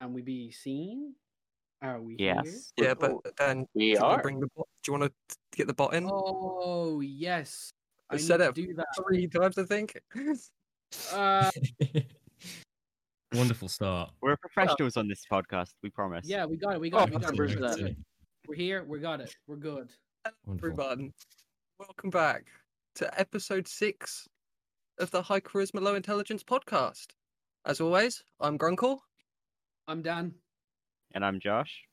Can we be seen? Are we Yes. Yeah, but Oh. then We do you wanna are. bring the bot? Do you want to get the bot in here? Oh yes. I need said to it. do that. three times? I think. Uh, Wonderful start. We're professionals on this podcast, we promise. yeah, we got it. We got it. We Oh, got it. Remember We got that. it. We're here. We got it. We're good. Wonderful. Everyone, welcome back to episode six of the High Charisma Low Intelligence podcast. As always, I'm Grunkle, I'm done. And I'm Josh.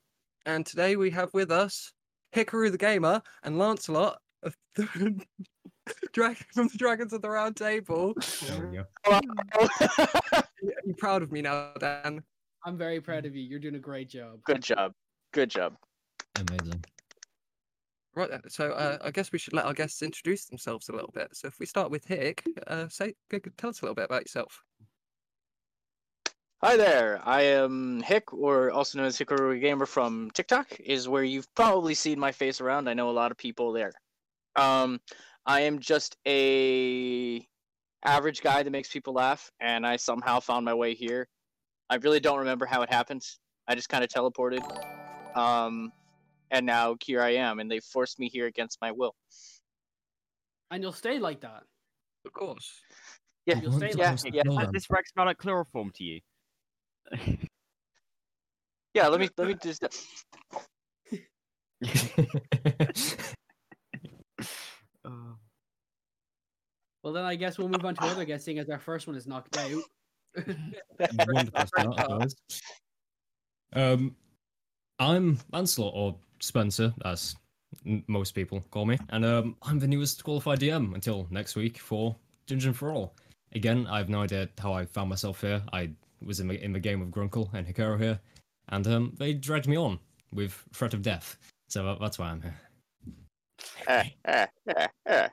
and today we have with us Hikaru the Gamer and Lancelot of the Dragon from the Dragons of the Round Table. There we go. Are you proud of me now, Dan? I'm very proud of you. You're doing a great job. Good job. Good job. Amazing. Right then. So uh, I guess we should let our guests introduce themselves a little bit. So if we start with Hick, uh, say g- g- tell us a little bit about yourself. Hi there. I am Hick, or also known as Hikaru Gamer from TikTok, is where you've probably seen my face around. I know a lot of people there. Um, I am just a average guy that makes people laugh, and I somehow found my way here. I really don't remember how it happened. I just kind of teleported, um, and now here I am, and they forced me here against my will. And you'll stay like that. Of course. Yeah, You'll stay like Wonderful yeah, that. start. yeah. Well Does done. this rag smell like chloroform to you? Yeah, let me let me just. Oh. Uh, Well, then I guess we'll move on to other guests, seeing as our first one is knocked out. Wonderful start, guys. Um, I'm Lancelot or Spencer, as m- most people call me, and um, I'm the newest qualified DM until next week for Dungeon for All. Again, I have no idea how I found myself here. I was in the, in the game with Grunkle and Hikaru here, and um, they dragged me on with threat of death. So that- that's why I'm here. eh, eh, eh, eh.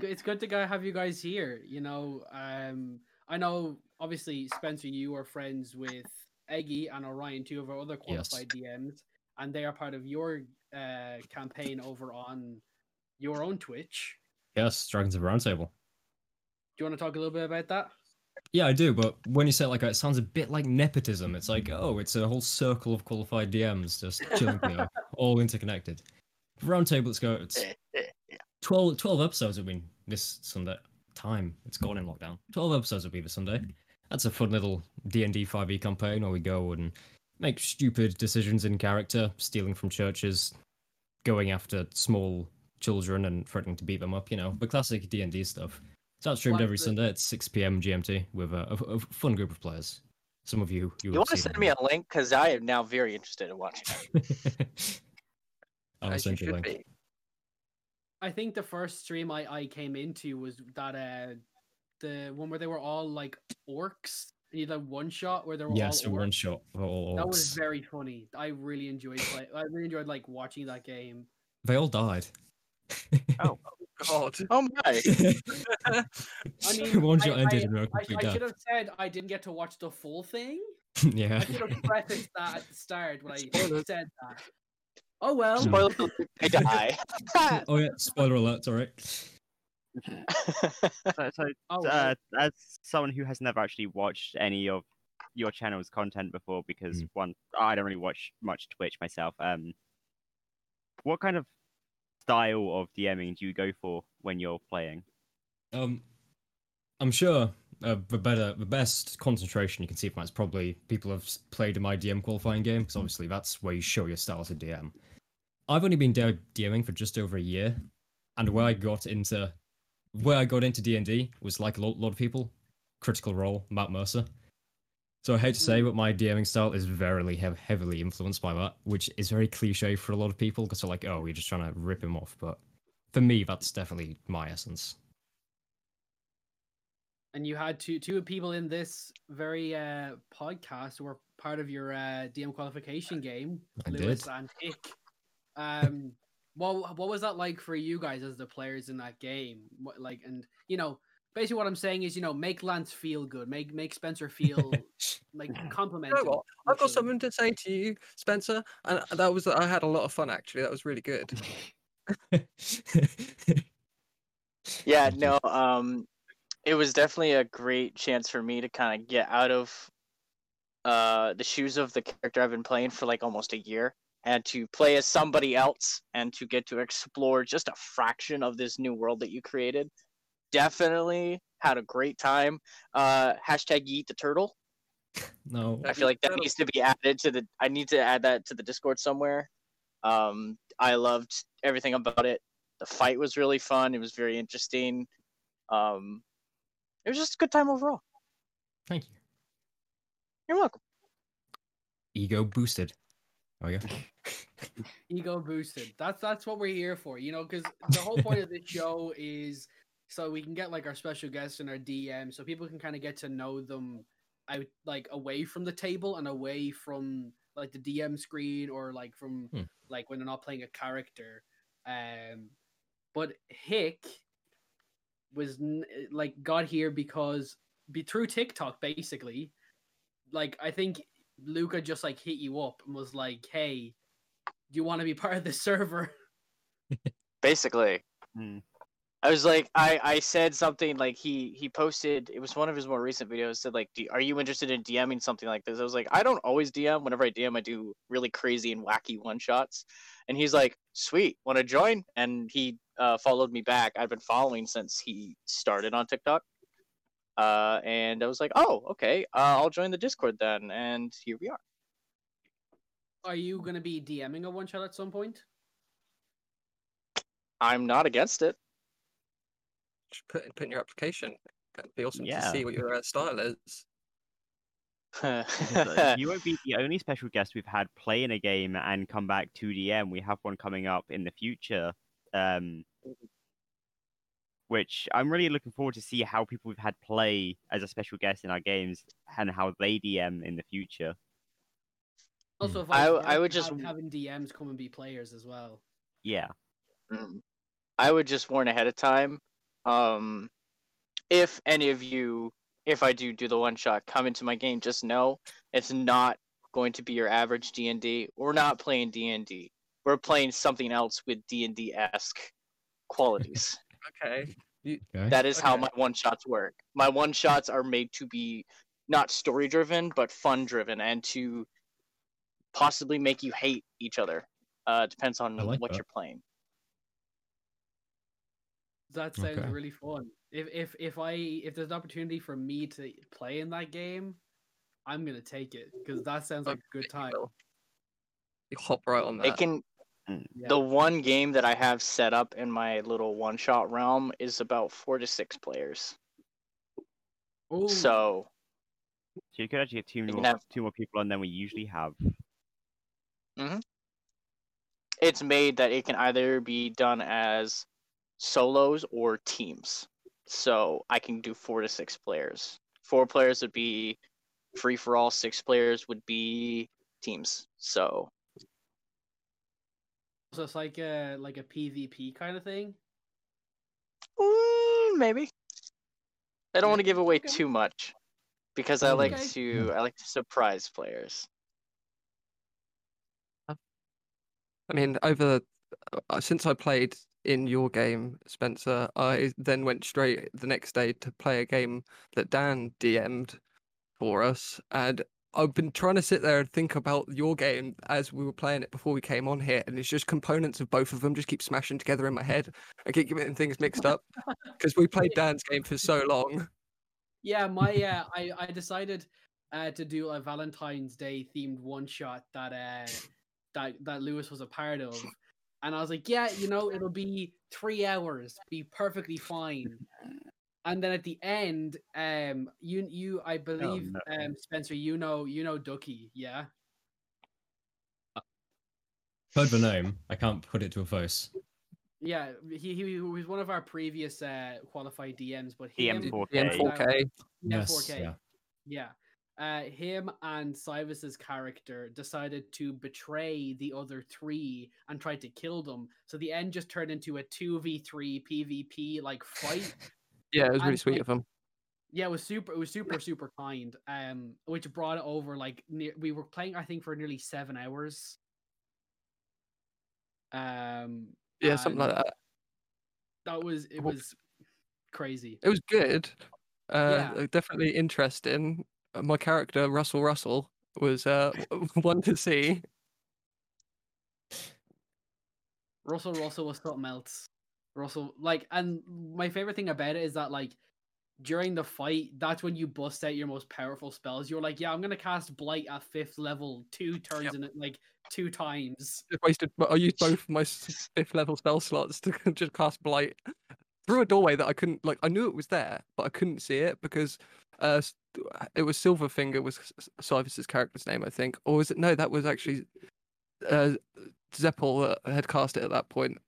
G- it's good to go have you guys here. You know, um, I know obviously Spencer, you are friends with Eggy and Orion, two of our other Yes. qualified DMs, and they are part of your uh, campaign over on your own Twitch. Yes, Dragons of the Round Table. Do you want to talk a little bit about that? Yeah, I do, but when you say it like that, it sounds a bit like nepotism. It's like, oh, it's a whole circle of qualified DMs just chilling here, all interconnected. Round table, let's go. It's 12, 12 episodes will be this Sunday. Time. It's gone in lockdown. 12 episodes will be this Sunday. That's a fun little D&D 5e E campaign where we go and make stupid decisions in character, stealing from churches, going after small children and threatening to beat them up, you know, the classic D&D stuff. So that's streamed Like every the- Sunday at 6 p.m. GMT with a, a, a fun group of players. Some of you... You will want to see send them. me a link because I am now very interested in watching. it. I'll as you send Oh, you a should link. be. I think the first stream I, I came into was that uh the one where they were all like orcs. And you had like one shot where they were Yes, all a orcs. one shot for all That orcs. was very funny. I really enjoyed play- I really enjoyed like watching that game. They all died. God. Oh my! I mean, one I- shot I- ended in a I, complete I death. should have said I didn't get to watch the full thing. yeah. I should have prefaced that at the start when I Spoilers. said that. Oh well. Spoiler alert, I die. oh yeah, spoiler alert, all right. so, so, Oh, well. uh, as someone who has never actually watched any of your channel's content before, because Mm. one, I don't really watch much Twitch myself. Um, what kind of style of DMing do you go for when you're playing? Um, I'm sure uh, the better, the best concentration you can see from that's probably people have s- played in my DM qualifying game because obviously that's where you show your style as a DM. I've only been da- DMing for just over a year, and where I got into where I got into D and D was like a lot, lot of people, Critical Role, Matt Mercer. So I hate to say, but my DMing style is very hev- heavily influenced by that, which is very cliche for a lot of people because they're like, "Oh, you're just trying to rip him off." But for me, that's definitely my essence. and you had two two people in this very uh podcast who were part of your uh DM qualification game, I Lewis did. and Hick. Um what what was that like for you guys as the players in that game? What like and you know, basically what I'm saying is, you know, make Lance feel good, make make Spencer feel like compliment. You know him, what? I've got literally. something to say to you, Spencer, and uh, that was I had a lot of fun actually. That was really good. yeah, Thank you. no. Um, it was definitely a great chance for me to kind of get out of uh, the shoes of the character I've been playing for like almost a year, and to play as somebody else, and to get to explore just a fraction of this new world that you created. Definitely had a great time. Uh, hashtag eat the turtle. No. I feel like that Turtle. needs to be added to the. I need to add that to the Discord somewhere. Um, I loved everything about it. The fight was really fun. It was very interesting. Um, it was just a good time overall. Thank you. You're welcome. Ego boosted. Oh yeah. ego boosted. That's that's what we're here for, you know, because the whole point of this show is so we can get like our special guests and our DM, so people can kind of get to know them out like away from the table and away from like the DM screen or like from Hmm. like when they're not playing a character. Um, but Hick was n- like got here because be through TikTok basically. Like I think Luca just like hit you up and was like, "Hey, do you want to be part of the server? Basically, Hmm. I was like, I, I said something like he he posted. It was one of his more recent videos. Said like, "Do- "Are you interested in DMing something like this?" I was like, "I don't always DM. Whenever I DM, I do really crazy and wacky one shots." And he's like, "Sweet, want to join?" And he uh, followed me back. I've been following since he started on TikTok. Uh, and I was like, "Oh, okay. Uh, I'll join the Discord then." And here we are. Are you gonna be DMing a one shot at some point? I'm not against it. Just put, put in your application. That'd be awesome Yeah. to see what your uh, style is. So you won't be the only special guest we've had play in a game and come back to DM. We have one coming up in the future, um, which I'm really looking forward to see how people we've had play as a special guest in our games and how they DM in the future. Also, if I- was I DM, would just- have- having DMs come and be players as well. Yeah, Mm. I would just warn ahead of time. Um, if any of you, if I do do the one shot, come into my game, just know it's not going to be your average D and D. We're not playing D and D. We're playing something else with D and D esque qualities. Okay. Okay. that is how Okay. my one shots work. My one shots are made to be not story driven, but fun driven, and to possibly make you hate each other. Uh, depends on I like what that. you're playing. That sounds Okay. really fun. If if if I if there's an opportunity for me to play in that game, I'm gonna take it because that sounds like a good time. Well, You hop right on that. It can Yeah. The one game that I have set up in my little one shot realm is about four to six players. Ooh, So so you could actually get two can more, have- two more people on than we usually have. it's made that it can either be done as solos or teams. So I can do four to six players. Four players would be free for all, six players would be teams. So so it's like a like a PvP kind of thing. mm, maybe. I don't want to give away Okay. Mm, too much because I like Okay. to I like to surprise players. I mean, over uh, since I played in your game, Spencer, I then went straight the next day to play a game that Dan DM'd for us, and I've been trying to sit there and think about your game as we were playing it before we came on here, and it's just components of both of them just keep smashing together in my head. I keep getting things mixed up because we played Dan's game for so long. Yeah, my uh, I I decided uh, to do a Valentine's Day themed one shot that uh, that that Lewis was a part of, and I was like, yeah, you know, it'll be three hours, be perfectly fine. And then at the end, um, you you I believe no. um Spencer, you know you know Ducky, yeah. Heard the name. I can't put it to a face. Yeah, he, he was one of our previous uh, qualified DMs, but him, DM 4K. DM 4K. yeah, yes. 4K. Yeah. Yeah. Uh, him and Cyrus's character decided to betray the other three and tried to kill them. So the end just turned into a 2v3 PvP like fight. Yeah, it was really And, sweet like, of him. yeah, it was super it was super super kind. Um which brought it over like near, we were playing I think for nearly 7 hours. Um Yeah, something like and that. That was it Wha- was crazy. It was good. Uh, Yeah. uh, definitely interesting. Uh, My character Russell Russell was uh, one to see. Russell Russell was something else. Russell, like, and my favorite thing about it is that, like, during the fight, that's when you bust out your most powerful spells. You're like, yeah, I'm gonna cast Blight at fifth level two turns Yep. in it, like two times. I wasted. but I used both of my s- fifth level spell slots to just cast blight through a doorway that I couldn't. Like I knew it was there, but I couldn't see it because uh, s- it was Silverfinger was S- S- Syphus's character's name, I think, or was it? No, that was actually uh, Zeppel that had cast it at that point.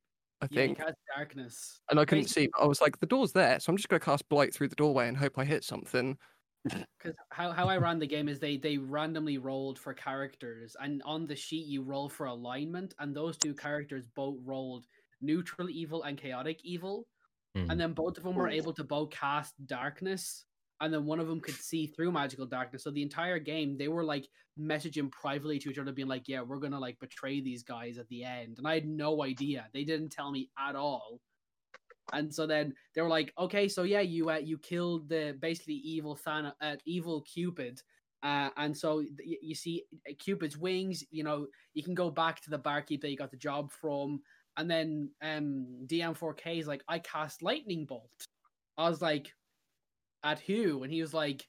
I Yeah, you think, cast darkness. and I couldn't see. But I was like, the door's there, so I'm just going to cast blight through the doorway and hope I hit something. Because how, how I ran the game is they they randomly rolled for characters, and on the sheet you roll for alignment, and those two characters both rolled neutral evil and chaotic evil, Hmm. Mm-hmm. and then both of them were Ooh. able to both cast darkness, and then one of them could see through magical darkness. So the entire game they were like messaging privately to each other, being like, "Yeah, we're gonna like betray these guys at the end," and I had no idea. They didn't tell me at all. And so then they were like, "Okay, so yeah, you uh, you killed the basically evil Thanos, uh, evil Cupid, uh, and so th- y- you see uh, Cupid's wings. You know, you can go back to the barkeep that you got the job from, and then um, DM4K is like, I cast lightning bolt. I was like, at who? And he was like,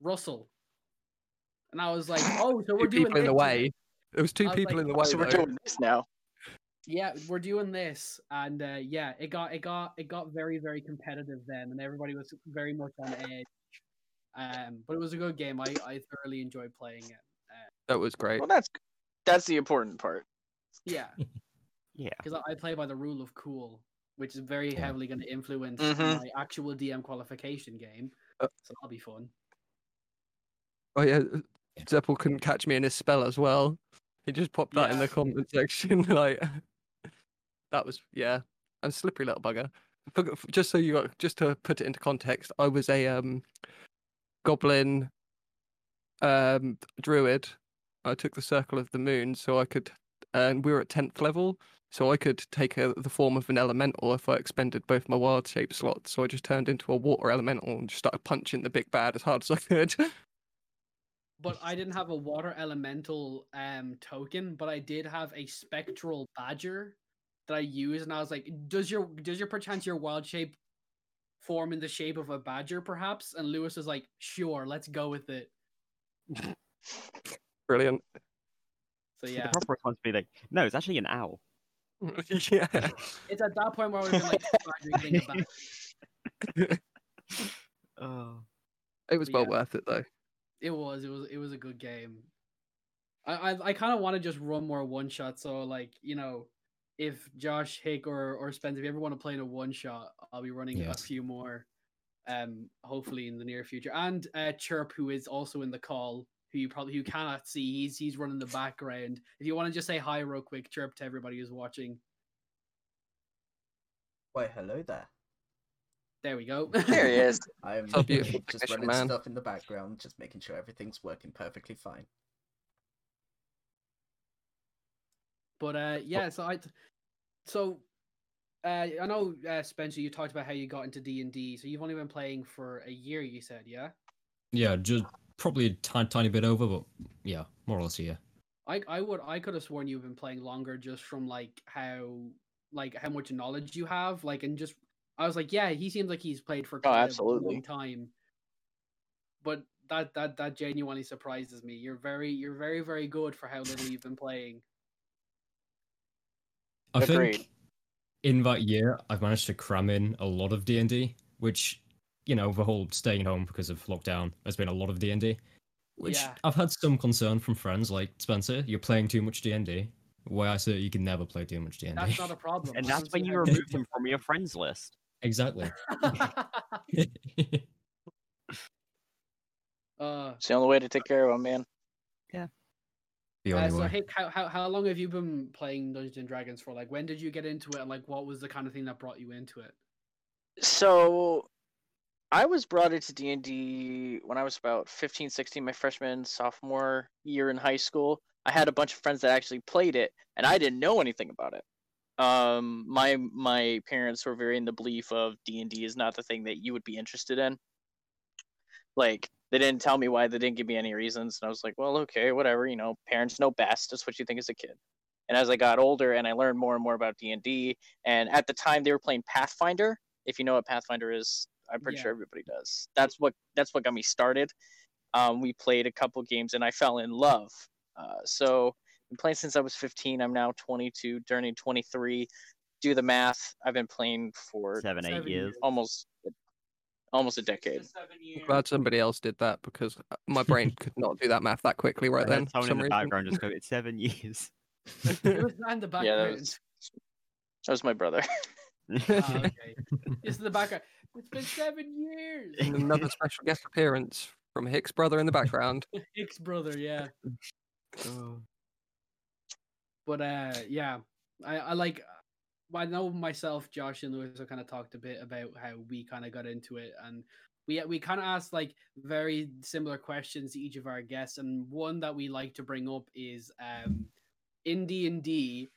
Russell. And I was like, oh, so we're Two doing people in the this now." way. There was two I was people like, "Oh, in the way. so we're though. doing this now. yeah we're doing this and uh, yeah it got it got it got very very competitive then and everybody was very much on edge um but it was a good game i i thoroughly enjoyed playing it That was great. Well, that's that's the important part. yeah Yeah. because I, I play by the rule of cool which is very Yeah. heavily going to influence Mhm. my actual dm qualification game Uh, so that'll be fun Oh yeah, Zeppel couldn't catch me in his spell as well. He just popped that in Yeah. the comment section. Like that was yeah, a slippery little bugger. For, f- just so you got, just to put it into context, I was a um goblin um druid. I took the circle of the moon so I could, and we were at tenth level, so I could take a, the form of an elemental if I expended both my wild shape slots. So I just turned into a water elemental and just started punching the big bad as hard as I could. but i didn't have a water elemental um token but i did have a spectral badger that i used and i was like does your does your perchance your wild shape form in the shape of a badger perhaps and lewis was like sure let's go with it Brilliant. so yeah The proper response would be like, no, it's actually an owl. yeah. it's at that point where i was like badger thing about it. Oh. It was But well yeah. worth it though. it was it was it was a good game i i, I kind of want to just run more one shot so like you know if josh hick or or spence if you ever want to play in a one shot i'll be running a Yes. few more um hopefully in the near future and uh chirp who is also in the call who you probably who cannot see he's he's running the background if you want to just say hi real quick chirp to everybody who's watching Why, hello there. there we go There he is. I'm So beautiful just technician running man. stuff in the background, just making sure everything's working perfectly fine. But uh, yeah, so I, so uh, I know uh, Spencer, you talked about how you got into D and D. So you've only been playing for a year, you said, yeah. Yeah, just probably a tiny, tiny bit over, but yeah, more or less yeah. I I would I could have sworn you've been playing longer just from like how like how much knowledge you have, like and just I was like, yeah, he seems like he's played for quite a absolutely. long time. But that that that genuinely surprises me. You're very you're very very good for how little you've been playing. I Agreed. think in that year, I've managed to cram in a lot of D and D, which you know the whole staying home because of lockdown has been a lot of D and D. Which Yeah. I've had some concern from friends like Spencer, you're playing too much D and D. Why I say you can never play too much D and That's not D. a problem. And I that's don't when see you how- remove them from your friends list. Exactly. uh, It's the only way to take care of him, man. the Uh, only so, way. Hick, how, how how long have you been playing Dungeons and Dragons for? Like, when did you get into it? And, like, what was the kind of thing that brought you into it? So I was brought into D&D when I was about 15, 16, my freshman, sophomore year in high school. I had a bunch of friends that actually played it, and I didn't know anything about it. Um, my my parents were very in the belief of D&D is not the thing that you would be interested in. Like, They didn't tell me why. They didn't give me any reasons. And I was like, well, okay, whatever. You know, parents know best. That's what you think as a kid. And as I got older and I learned more and more about D and D, and at the time they were playing Pathfinder. If you know what Pathfinder is, I'm pretty Yeah. sure everybody does. That's what that's what got me started. Um, we played a couple games and I fell in love. Uh, so been playing since I was 15. I'm now 22, turning 23. Do the math. I've been playing for Seven, eight Seven years. Oh years. almost almost a decade. Glad somebody else did that because uh, my brain could not do that math that quickly right And then. for Someone in some the reason. background just go, it's seven years. It was in the Yeah, that background. was, that was my brother. Uh, oh, Ah, okay. It's in the background. It's been seven years. Another special guest appearance from Hicks' brother in the background. Hicks brother, yeah. But uh, yeah, I, I like. I know myself, Josh, and Lewis have kind of talked a bit about how we kind of got into it, and we we kind of asked like very similar questions to each of our guests, and one that we like to bring up is um, in D and D,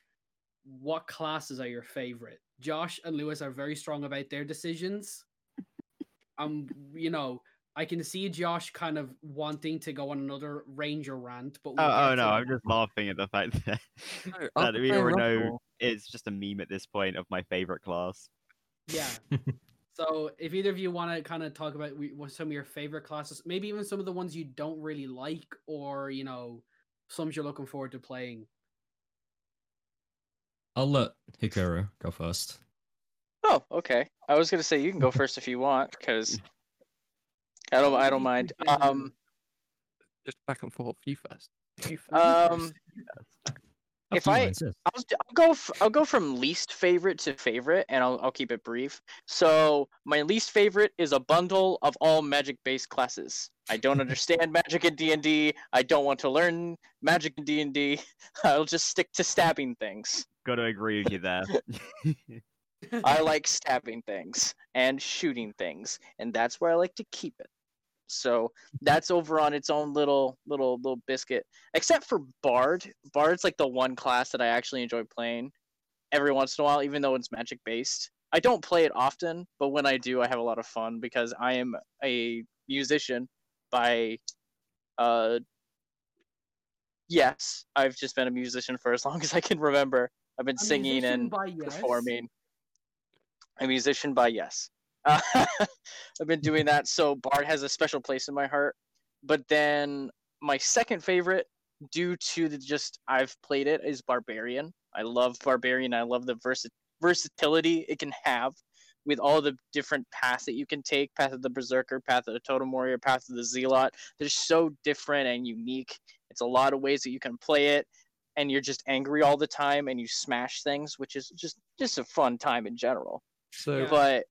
what classes are your favorite? Josh and Lewis are very strong about their decisions. Um, you know, I can see Josh kind of wanting to go on another ranger rant, but we'll Oh, get oh to no, that. I'm just laughing at the fact that, No, I that we prefer all know Ruffle. it's just a meme at this point of my favorite class. Yeah. so if either of you want to kind of talk about we- what some of your favorite classes, maybe even some of the ones you don't really like, or you know, some you're looking forward to playing. I'll let Hikaru go first. Oh, okay. I was gonna say you can go first if you want, because I don't I don't mind. Um, Just back and forth. You first. You first. um, Up If to you, I- insist. I'll, d- I'll go. F- I'll go from least favorite to favorite, and I'll I'll keep it brief. So my least favorite is a bundle of all magic-based classes. I don't understand magic in D and D. I don't want to learn magic in D and D. I'll just stick to stabbing things. Got to agree with you there. I like stabbing things and shooting things, and that's where I like to keep it. So that's over on its own little little little biscuit. Except for Bard. Bard's like the one class that I actually enjoy playing every once in a while, even though it's magic based. I don't play it often, but when I do I have a lot of fun because I am a musician by uh yes, I've just been a musician for as long as I can remember. I've been A singing musician and by yes. performing. A musician by yes. Uh, I've been doing that, so Bard has a special place in my heart. But then my second favorite, due to the just I've played it, is Barbarian. I love Barbarian. I love the versi- versatility it can have with all the different paths that you can take Path of the Berserker, Path of the Totem Warrior, Path of the Zealot. They're so different and unique. It's a lot of ways that you can play it and you're just angry all the time and you smash things, which is just just a fun time in general. so Yeah. But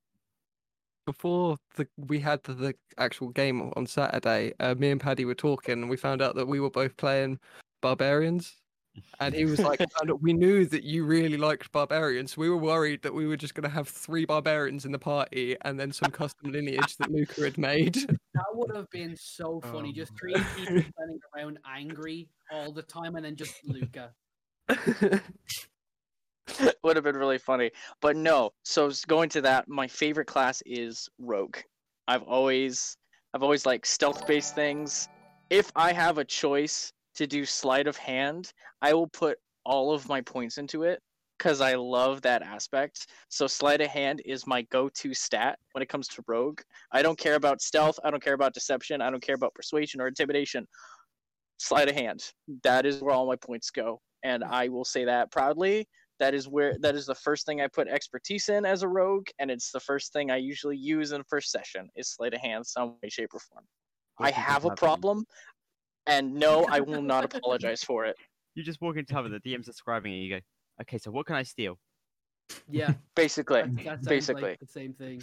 before the, we had the, the actual game on Saturday, uh, me and Paddy were talking, and we found out that we were both playing Barbarians. And he was like, "And "We knew that you really liked Barbarians. We were worried that we were just going to have three Barbarians in the party, and then some custom lineage that Luca had made." That would have been so funny. just Um, three people running around angry all the time, and then just Luca. would have been really funny. But no, so s- going to that, my favorite class is rogue. I've always I've always liked stealth based things. If I have a choice to do sleight of hand, I will put all of my points into it because I love that aspect. So sleight of hand is my go-to stat when it comes to rogue. I don't care about stealth, I don't care about deception, I don't care about persuasion or intimidation. Sleight of hand. That is where all my points go. And I will say that proudly that is where that is the first thing I put expertise in as a rogue, and it's the first thing I usually use in first session is sleight of hand, some way, shape, or form. I Walking to have a tavern. problem, and no, I will not apologize for it. You just walk into tavern, the DM's describing it, you go, okay, so what can I steal? Yeah, Basically, that, that sounds Basically. like the same thing.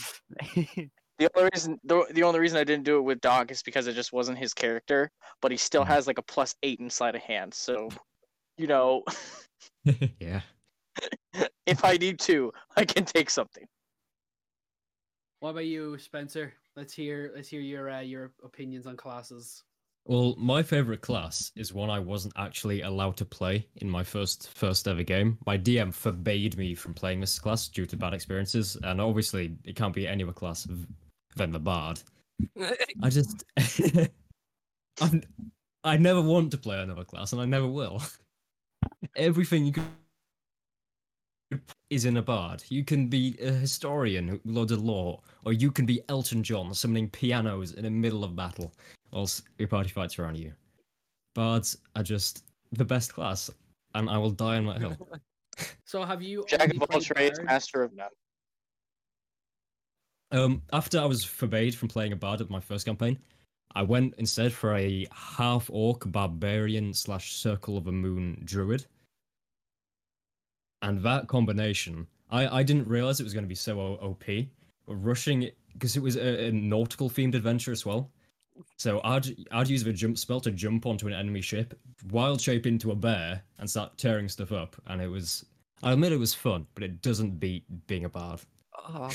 the only reason the, the only reason I didn't do it with Doc is because it just wasn't his character, but he still Mhm. has like a plus eight in sleight of hand, so you know, yeah. if I need to, I can take something. What about you, Spencer? Let's hear let's hear your uh, your opinions on classes. Well, my favorite class is one I wasn't actually allowed to play in my first first ever game. My DM forbade me from playing this class due to bad experiences, and obviously it can't be any other class v- than the bard. I just I'm, I never want to play another class, and I never will. Everything you can is in a bard. You can be a historian who loads of law, or you can be Elton John summoning pianos in the middle of battle, whilst your party fights around you. Bards are just the best class, and I will die on that hill. So have you Jack only of all played trades, Bard? master of none. Um, after I was forbade from playing a bard at my first campaign, I went instead for a half orc barbarian slash circle of a moon druid. And that combination, I, I didn't realize it was going to be so O- OP. But rushing, because it was a, a nautical themed adventure as well. So I'd, I'd use the jump spell to jump onto an enemy ship, wild shape into a bear, and start tearing stuff up. And it was, I admit it was fun, but it doesn't beat being a bard. Oh,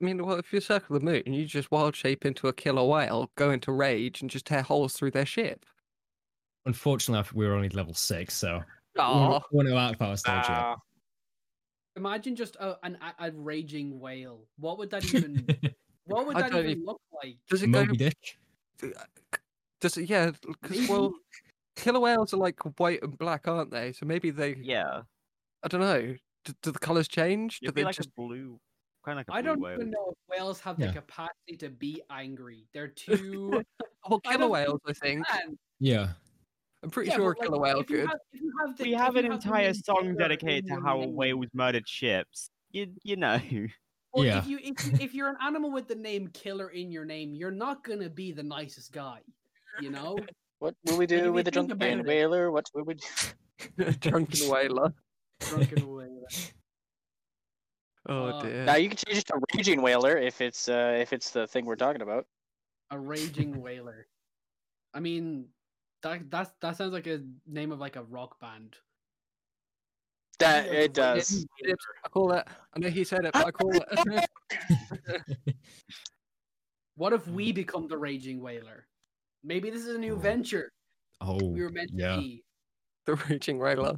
I mean, well, if you circle the moon and you just wild shape into a killer whale, go into rage and just tear holes through their ship. Unfortunately, I- we were only level six, so Oh, one to outpower stage Uh, yet. Imagine just a, an, a, a raging whale. What would that even? what would I that don't even even- look like? does it go? Moby Dick. Does it? Yeah, because well, killer whales are like white and black, aren't they? So maybe they. Yeah, I don't know. Do, do the colors change? Do it'd they be like just? a blue, kind of like a I don't blue whale. even know if whales have Yeah. the capacity to be angry. They're too. Well, I oh, killer don't whales. I Man, think. Yeah. I'm pretty yeah, sure a but, like, killer whale if you could. have- if you have the- We if have you an the entire main song player dedicated in to your how name- whales murdered ships. You you know. Well, Yeah. if you if, you- if you're an animal with the name killer in your name, you're not gonna be the nicest guy. You know, What will we if do with you the think about drunken it- whaler? What will we do? Drunken whaler. drunken whaler. Oh Uh, dear. Now you can change it to raging whaler if it's uh, if it's the thing we're talking about. a raging whaler. I mean, that that that sounds like a name of like a rock band. That Yeah, it the raging does. whaler. I call it. I know he said it, but I call it. What if we become the raging whaler? Maybe this is a new Mm. Ooh. venture Oh, we were meant yeah. to be. the raging whaler.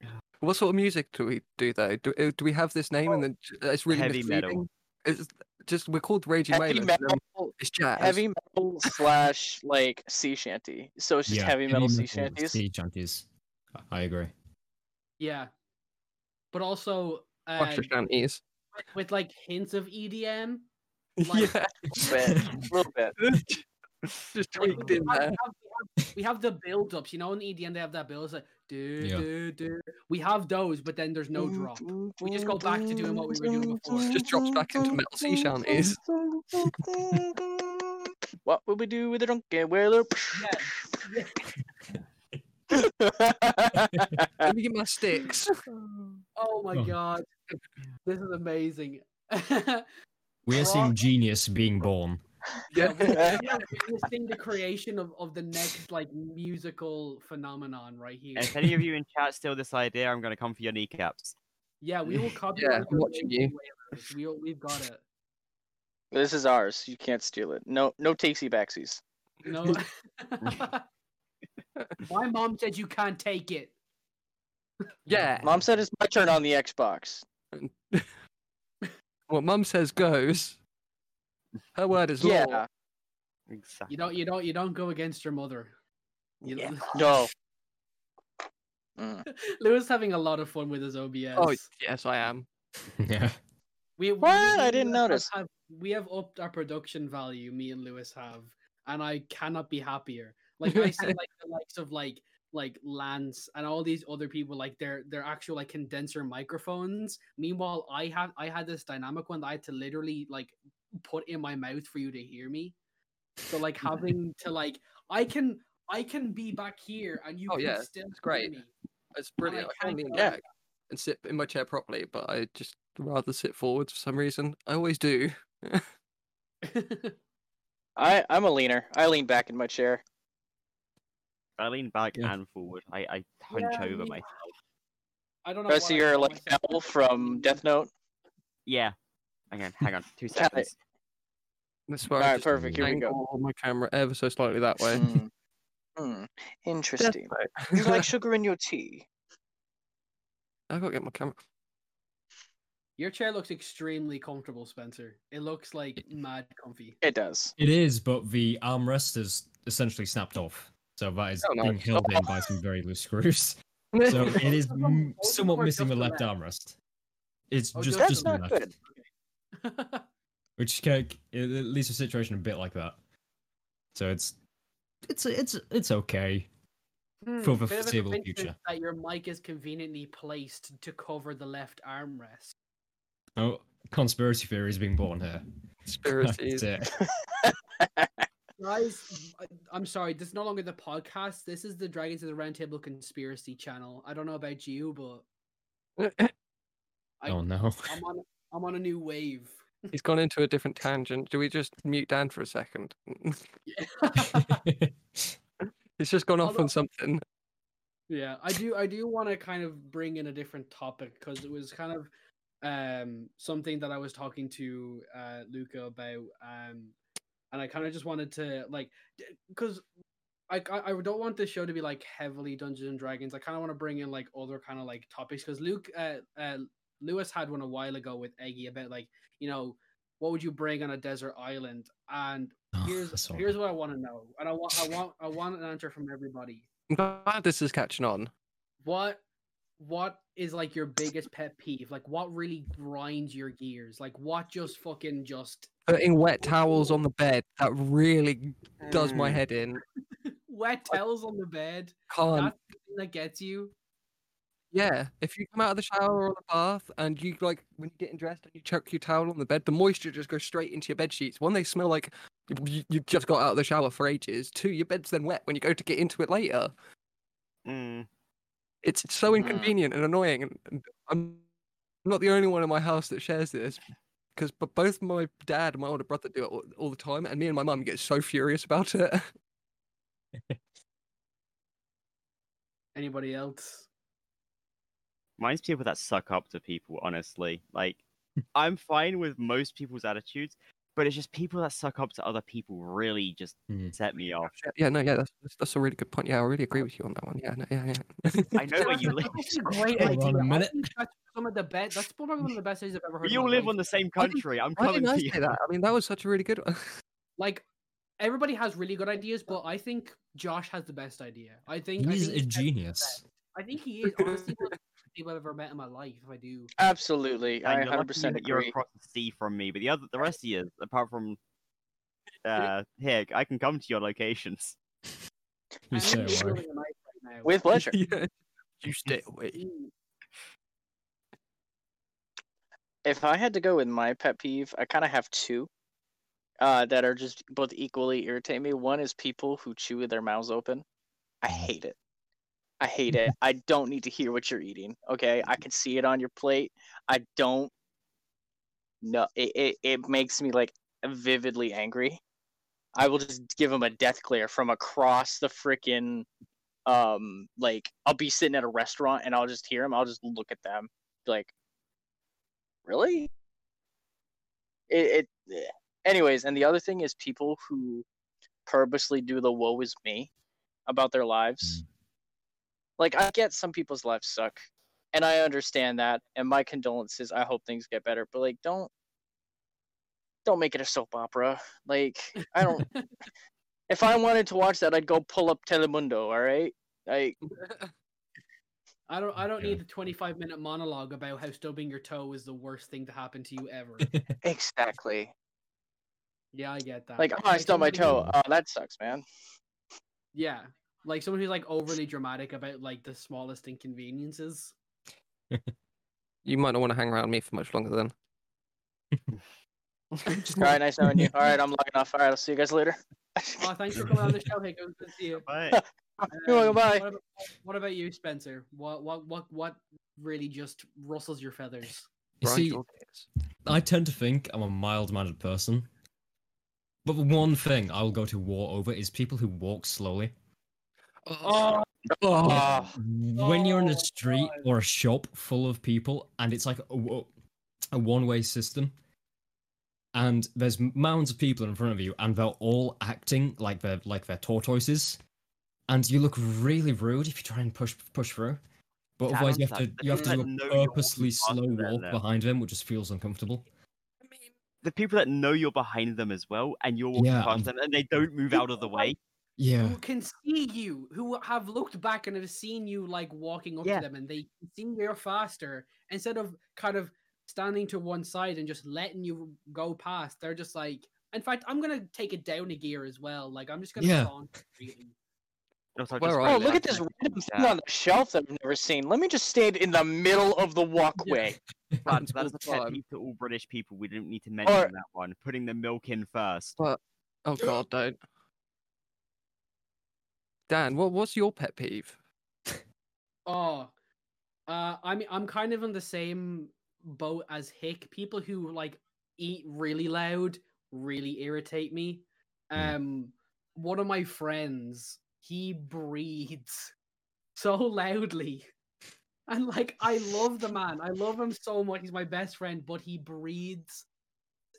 What sort of music do we do though? Do, uh, do we have this name Oh. and then j- uh, it's really heavy metal. misleading? It's just we're called Raging Heavy Whalers. and then metal, It's jazz. heavy metal slash like sea shanty. So it's just Yeah, heavy metal sea shanties. sea shanties. I- I agree. Yeah, but also uh, Washer shanties. with like hints of E EDM. like- Yeah, A little bit. just Like, tweaked we, in have, we, there. have, we have- we have the build ups, you know, in EDM they have that build. It's like, do, Yeah. do, do. We have those, but then there's no drop. We just go back to doing what we were doing before. Just drops back into metal sea shanties. What would we do with a drunken whaler? Yeah, yeah. Let me get my sticks. Oh my Oh. god, this is amazing. We are seeing genius being born. yeah, we- Yeah. we are witnessing the creation of, of the next like musical phenomenon right here. And if any of you in chat steal this idea, I'm gonna come for your kneecaps. Yeah, we will copy. Yeah, all I'm the watching you. Wailers. We will- we've got it. this is ours. You can't steal it. No, no takesy backsies. No, my mom said you can't take it. Yeah. Mom said it's my turn on the Xbox. What Mum says goes. Her word is Yeah. law. Exactly. You don't. You don't. You don't go against your mother. You Yeah. know- No. Mm. Lewis having a lot of fun with his OBS. Oh yes, I am. Yeah. We, we- What? me I and didn't Lewis have- notice. Have, we have upped our production value. Me and Lewis have, and I cannot be happier. Like I see, like the likes of like like Lance and all these other people, like their their actual like condenser microphones. Meanwhile, I have I had this dynamic one that I had to literally like put in my mouth for you to hear me. So like having to like I can I can be back here and you Oh, can yeah, still hear great. me. It's brilliant. I I can can't lean go back and sit in my chair properly, but I just rather sit forward for some reason. I always do. I, I'm a leaner. I lean back in my chair. I lean back Yeah. and forward. I, I hunch Yeah, over me- myself. I don't know. Rest what of I your call like myself. owl from Death Note. Yeah. Hang on, hang on. Two Got it. seconds. That's where I Alright, just perfect. Here we go. angle my camera ever so slightly that way. Hmm. Hmm. Interesting. You like sugar in your tea? I gotta get my camera. Your chair looks extremely comfortable, Spencer. It looks like mad comfy. It does. It is, but the armrest is essentially snapped off. So that is Oh, no. being held in by some very loose screws. So it is Oh, m- oh, somewhat or missing just the the left left. armrest. It's Oh, just just just That's the not left, good. which ca- it it leaves the situation a bit like that. So it's it's it's it's okay. Hmm, For the bit of a foreseeable coincidence future. That your mic is conveniently placed to cover the left armrest. Oh, conspiracy theory is being born here. Conspiracies. That's it. Guys, I- I'm sorry, this is no longer the podcast. This is the Dragons of the Roundtable conspiracy channel. I don't know about you, but I, Oh no. I'm on I'm on a new wave. He's gone into a different tangent. Do we just mute Dan for a second? He's just gone off Although- on something. Yeah, I do. I do want to kind of bring in a different topic because it was kind of um, something that I was talking to uh, Luca about, um, and I kind of just wanted to like because I I I don't want this show to be like heavily Dungeons and Dragons. I kind of want to bring in like other kind of like topics because Luke uh, uh, Lewis had one a while ago with Eggy about like you know what would you bring on a desert island and Oh, here's that's all here's right. what I want to know and I want I want I want an answer from everybody I'm glad this is catching on. what what is like your biggest pet peeve? Like what really grinds your gears? Like what just fucking just Putting wet towels on the bed that really does Mm. Mm, my head in. wet towels on the bed? Can't. Um, That's the thing that gets you. Yeah, if you come out of the shower or the bath and you like when you're getting dressed and you chuck your towel on the bed, the moisture just goes straight into your bed sheets. One, they smell like you, you just got out of the shower for ages. Two, your bed's then wet when you go to get into it later. Mm. It's so Mm. inconvenient and annoying. And, and I'm not the only one in my house that shares this because but both my dad and my older brother do it all, all the time, and me and my mum get so furious about it. Anybody else? Mine's people that suck up to people, honestly. Like, I'm fine with most people's attitudes, but it's just people that suck up to other people really just Mm. set me off. yeah, no, yeah, that's that's- that's a really good point. Yeah, I really agree with you on that one. Yeah, no, yeah, yeah. I know where you live. That's a great Hold idea. on a I minute. think that's some of the best. That's probably one of the best things I've ever heard. We in all my live life. on the same Why did- country. I'm Why coming didn't I to say you. that? I mean, that was such a really good one. Like everybody has really good ideas, but I think Josh has the best idea. I think I He's think a he's definitely the genius. best. I think he is honestly one of the best people I've ever met in my life. If I do. Absolutely. Dan, I you're lucky 100% that You're agree. across the sea from me, but the other, the rest of you, apart from uh, here, I can come to your locations. You I'm say really why. feeling a knife right now. With pleasure. Yeah. You stay away. Mm. If I had to go with my pet peeve, I kind of have two uh, that are just both equally irritate me. One is people who chew with their mouths open. I hate it. I hate it. I don't need to hear what you're eating. Okay, I can see it on your plate. I don't. No, it it, it makes me like vividly angry. I will just give them a death glare from across the freaking um like I'll be sitting at a restaurant and I'll just hear them. I'll just look at them be like really? It, it eh. anyways, and the other thing is people who purposely do the woe is me about their lives. Like I get some people's lives suck and I understand that and my condolences. I hope things get better, but like don't don't make it a soap opera. Like I don't if I wanted to watch that I'd go pull up Telemundo, all right? Like I don't. I don't Yeah. need the twenty-five minute monologue about how stubbing your toe is the worst thing to happen to you ever. exactly. yeah, I get that. Like oh, I Like stubbed my somebody who- toe. Oh, that sucks, man. Yeah, like someone who's like overly dramatic about like the smallest inconveniences. You might not want to hang around me for much longer then. All right, nice knowing you. All right, I'm logging off. All right, I'll see you guys later. Oh, thanks for coming on the show, Hick. It was good to see you. But You're welcome, bye. What about, what about you, Spencer? What what what what really just rustles your feathers? You Right, see, okay. I tend to think I'm a mild-mannered person, but the one thing I will go to war over is people who walk slowly. Oh, Oh, when you're in Ah. Oh, a street God. or a shop full of people and it's like a, wo- a one-way system and there's mounds of people in front of you and they're all acting like they're like they're tortoises and you look really rude if you try and push push through But Damn otherwise, you have to that- you have to that do know a you're walking purposely faster slow than walk them. behind them, which just feels uncomfortable. I mean, The people that know you're behind them as well, and you're walking Yeah, past um, them, and they don't move out of the way. Yeah, who can see you, who have looked back and have seen you like walking up Yeah. to them, and they can see you're faster instead of kind of standing to one side and just letting you go past. They're just like, in fact, I'm gonna take it down a gear as well. Like I'm just gonna Yeah. taunt you. Also, I Where just are Oh, realized look at that this random thing Yeah. on the shelf that I've never seen. Let me just stand in the middle of the walkway. That happens that all is a the pet time. peeve to all British people. We didn't need to mention Or- that one. Putting the milk in first. Oh God, don't. Dan, what what's your pet peeve? Oh, uh, I'm I'm kind of in the same boat as Hick. People who like eat really loud really irritate me. Mm. Um, one of my friends, he breathes so loudly, and like I love the man. I love him so much. He's my best friend, but he breathes.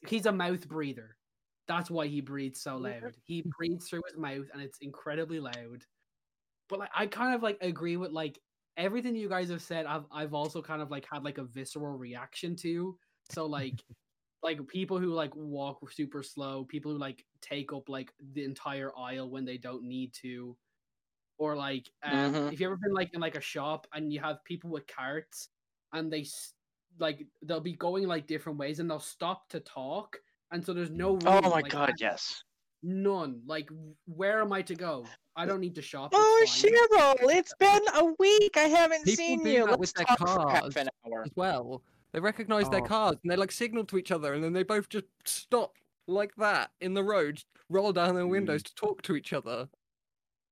He's a mouth breather. That's why he breathes so loud. He breathes through his mouth, and it's incredibly loud. But like, I kind of like agree with like everything you guys have said I've I've also kind of like had like a visceral reaction to. So like like people who like walk super slow, people who like take up like the entire aisle when they don't need to. Or like um, Mhm. if you ever been like in like a shop and you have people with carts and they s- like they'll be going like different ways and they'll stop to talk and so there's no room, Oh my like, god, yes. none like w- where am I to go I don't need to shop Oh, it's fine. Cheryl, it's been a week. I haven't People seen do you. that Let's with their talk for half cars. an hour. as well. They recognise their Oh. cars and they like signal to each other and then they both just stop like that in the road, roll down their windows to talk to each other.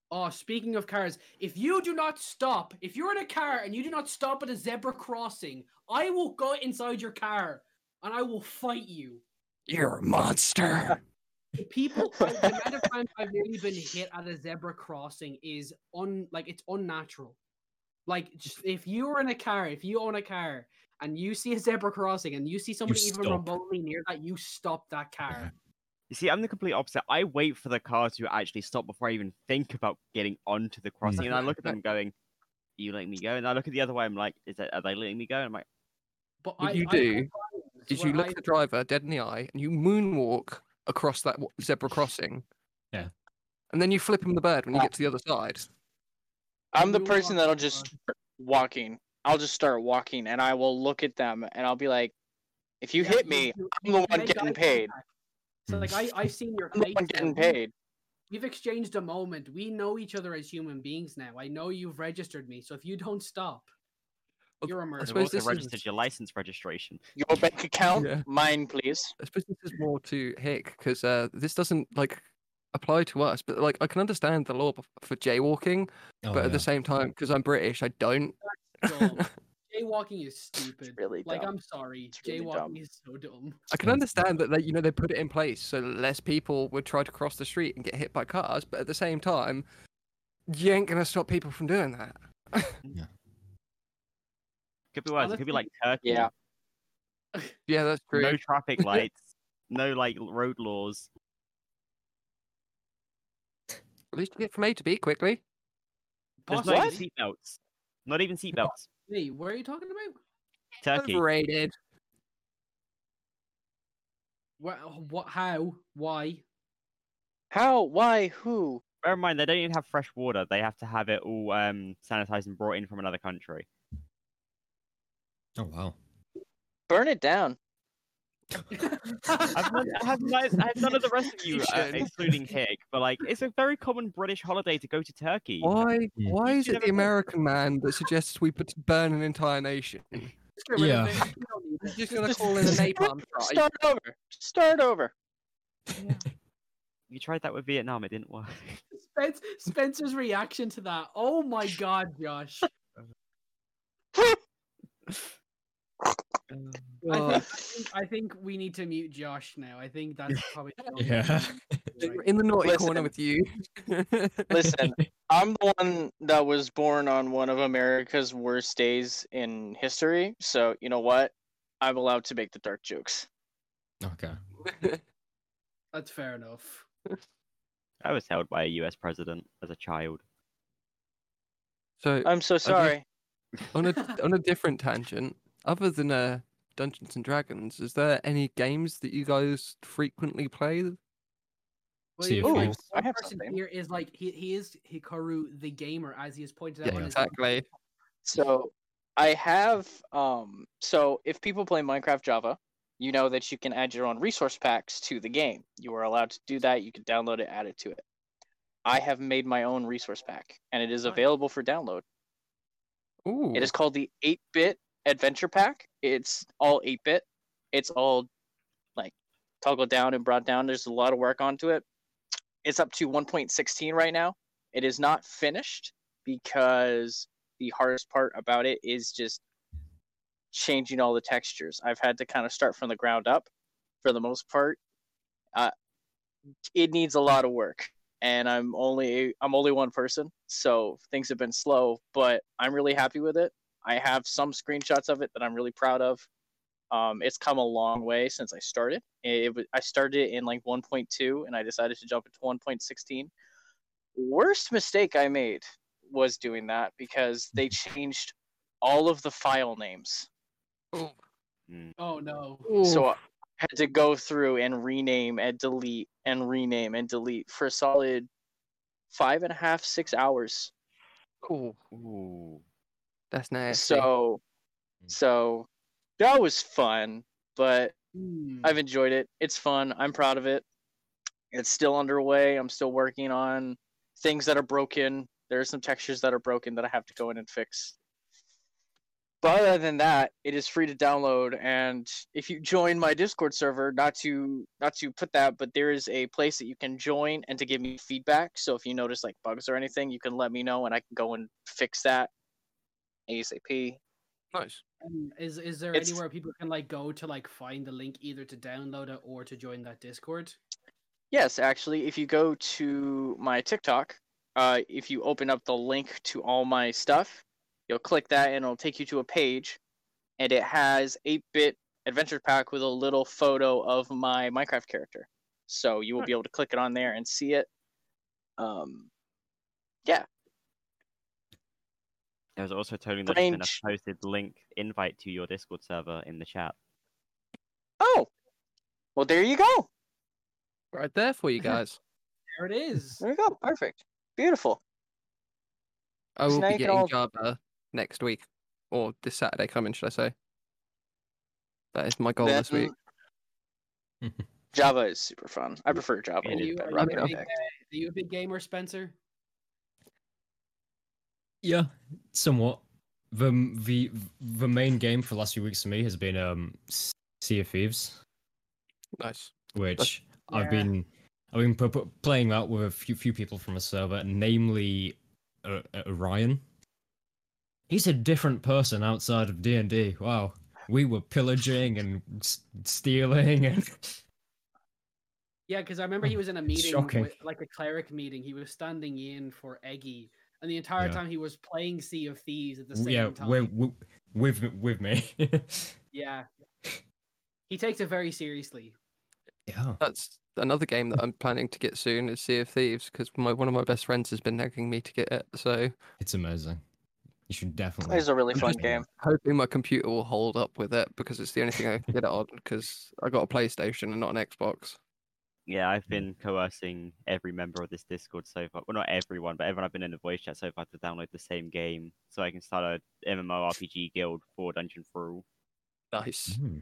Oh, speaking of cars, if you do not stop, if you're in a car and you do not stop at a zebra crossing, I will go inside your car and I will fight you. You're a monster. The People, I- the amount of times I've really been hit at a zebra crossing is un like it's unnatural. Like just, if you are in a car, if you own a car and you see a zebra crossing and you see somebody even stop. remotely near that, you stop that car. You see, I'm the complete opposite. I wait for the car to actually stop before I even think about getting onto Hmm. the crossing, and I look at them going, "You letting me go?" And I look at the other way. I'm like, "Is that are they letting me go?" And I'm like, But What I, you I do find Is when you look I- the driver dead in the eye and you moonwalk across that wa- zebra crossing. Yeah. And then you flip him the bird when you get to the other side. I'm the you person walk that'll the just line. start walking. I'll just start walking and I will look at them and I'll be like, if you Yeah, hit me, you- I'm the you one make getting eye paid. contact. So like Oh, I, I've seen your I'm the face. one there. getting We- paid. We've exchanged a moment. We know each other as human beings now. I know you've registered me. So if you don't stop, Well, you're a I "I've murderer. suppose also this is- registered your license registration." Your bank account, Yeah. mine, please. I suppose this is more to Hick because uh, this doesn't like apply to us, but like I can understand the law b- for jaywalking, Oh, but at yeah. the same time, because I'm British, I don't. Dumb. Jaywalking is stupid. really like dumb. I'm sorry, It's really jaywalking dumb. is so dumb. I can Yes. understand that they, you know, they put it in place so less people would try to cross the street and get hit by cars, but at the same time, you ain't gonna stop people from doing that. Could be worse. It could be like Turkey. Yeah. Yeah, that's true. No traffic lights. no like road laws. At least you get from A to B quickly. There's Possibly. no even seatbelts. Not even seatbelts. Hey, what are you talking about? Turkey. Overrated. What? What? How? Why? How? Why? Who? Bear in mind, they don't even have fresh water. They have to have it all um, sanitized and brought in from another country. Oh wow. Burn it down. I've, not, I have, ni- I have none of the rest of you, uh, Nation. excluding Hick, but like, it's a very common British holiday to go to Turkey. Why? Yeah. Why is should it have a the vote. American man that suggests we put burn an entire nation? We're Just get rid of Yeah. it. We don't need it. just gonna Just- call it a napalm strike. Start over. Start over. You tried that with Vietnam, it didn't work. Spence, Spencer's reaction to that. Oh my god, Josh. I think, I think I think we need to mute Josh now. I think that's probably the Yeah. only We're way. In the naughty corner Listen. um, with you. Listen, I'm the one that was born on one of America's worst days in history. So, you know what? I'm allowed to make the dark jokes. Okay. That's fair enough. I was held by a US president as a child. so uh, I'm so sorry. on a on a different tangent, other than uh, Dungeons and Dragons, is there any games that you guys frequently play? Well, See you if know, we- one Ooh, I have person something. here is like he, he is Hikaru the gamer, as he has pointed out. Yeah, on his- exactly. So I have um so if people play Minecraft Java, you know that you can add your own resource packs to the game. You are allowed to do that. You can download it, add it to it. I have made my own resource pack and it is Nice. available for download. Ooh, It is called the 8-bit adventure pack. It's all 8-bit. It's all like toggled down and brought down. There's a lot of work onto it. It's up to 1.16 right now. It is not finished because the hardest part about it is just changing all the textures. I've had to kind of start from the ground up for the most part. Uh, it needs a lot of work, and I'm only I'm only one person, so things have been slow. But I'm really happy with it. I have some screenshots of it that I'm really proud of. Um, it's come a long way since I started. It, it wa- I started in like 1.2, and I decided to jump into 1.16. Worst mistake I made was doing that because they changed all of the file names. Ooh. Oh no. So I had to go through and rename and delete and rename and delete for a solid five and a half, six hours. Ooh, Ooh. that's nice. So, Mm. so that was fun, but Hmm. I've enjoyed it. It's fun. I'm proud of it. It's still underway. I'm still working on things that are broken. There are some textures that are broken that I have to go in and fix. But other than that, it is free to download. And if you join my Discord server, not to not to put that, but there is a place that you can join and to give me feedback. So if you notice like bugs or anything, you can let me know and I can go and fix that ASAP. nice. Um, Is is there It's- anywhere people can like go to like find the link either to download it or to join that Discord? Yes, actually, if you go to my TikTok, uh, if you open up the link to all my stuff, you'll click that and it'll take you to a page, and it has 8-bit adventure pack with a little photo of my Minecraft character. So you will be able to click it on there and see it. Um, There's also Tony that has been a Strange. posted link invite to your Discord server in the chat. oh, well, there you go. Right there for you guys. There it is. There you go. Perfect. Beautiful. I So will now be you can getting all- Java next week or this Saturday coming, should I say? That is my goal this Then week. Java is super fun. I prefer Java. It a is little you, bit are, rather you than a big, uh, Apex. are you a big gamer, Spencer? Yeah, somewhat. The the the main game for the last few weeks for me has been um S- Sea of Thieves, Nice. which Yeah. I've been I've been pu- pu- playing that with a few few people from a server, namely uh, uh, Ryan. He's a different person outside of D and D. Wow, we were pillaging and s- stealing and Yeah, because I remember he was in a meeting, shocking. with, like a cleric meeting. He was standing in for Eggy, and the entire Yeah. time he was playing Sea of Thieves at the same yeah, time. with, with- with me- with me. Yeah, he takes it very seriously. yeah. That's another game that I'm planning to get soon is Sea of Thieves because my one of my best friends has been nagging me to get it. So It's amazing. You should definitely. It's a really I'm fun just- game. hoping my computer will hold up with it because it's the only thing I can get it on because I got a PlayStation and not an Xbox. Yeah, I've been coercing every member of this Discord so far. Well, not everyone, but everyone I've been in the voice chat so far to download the same game so I can start a MMORPG guild for Dungeon for All. Nice. Hmm.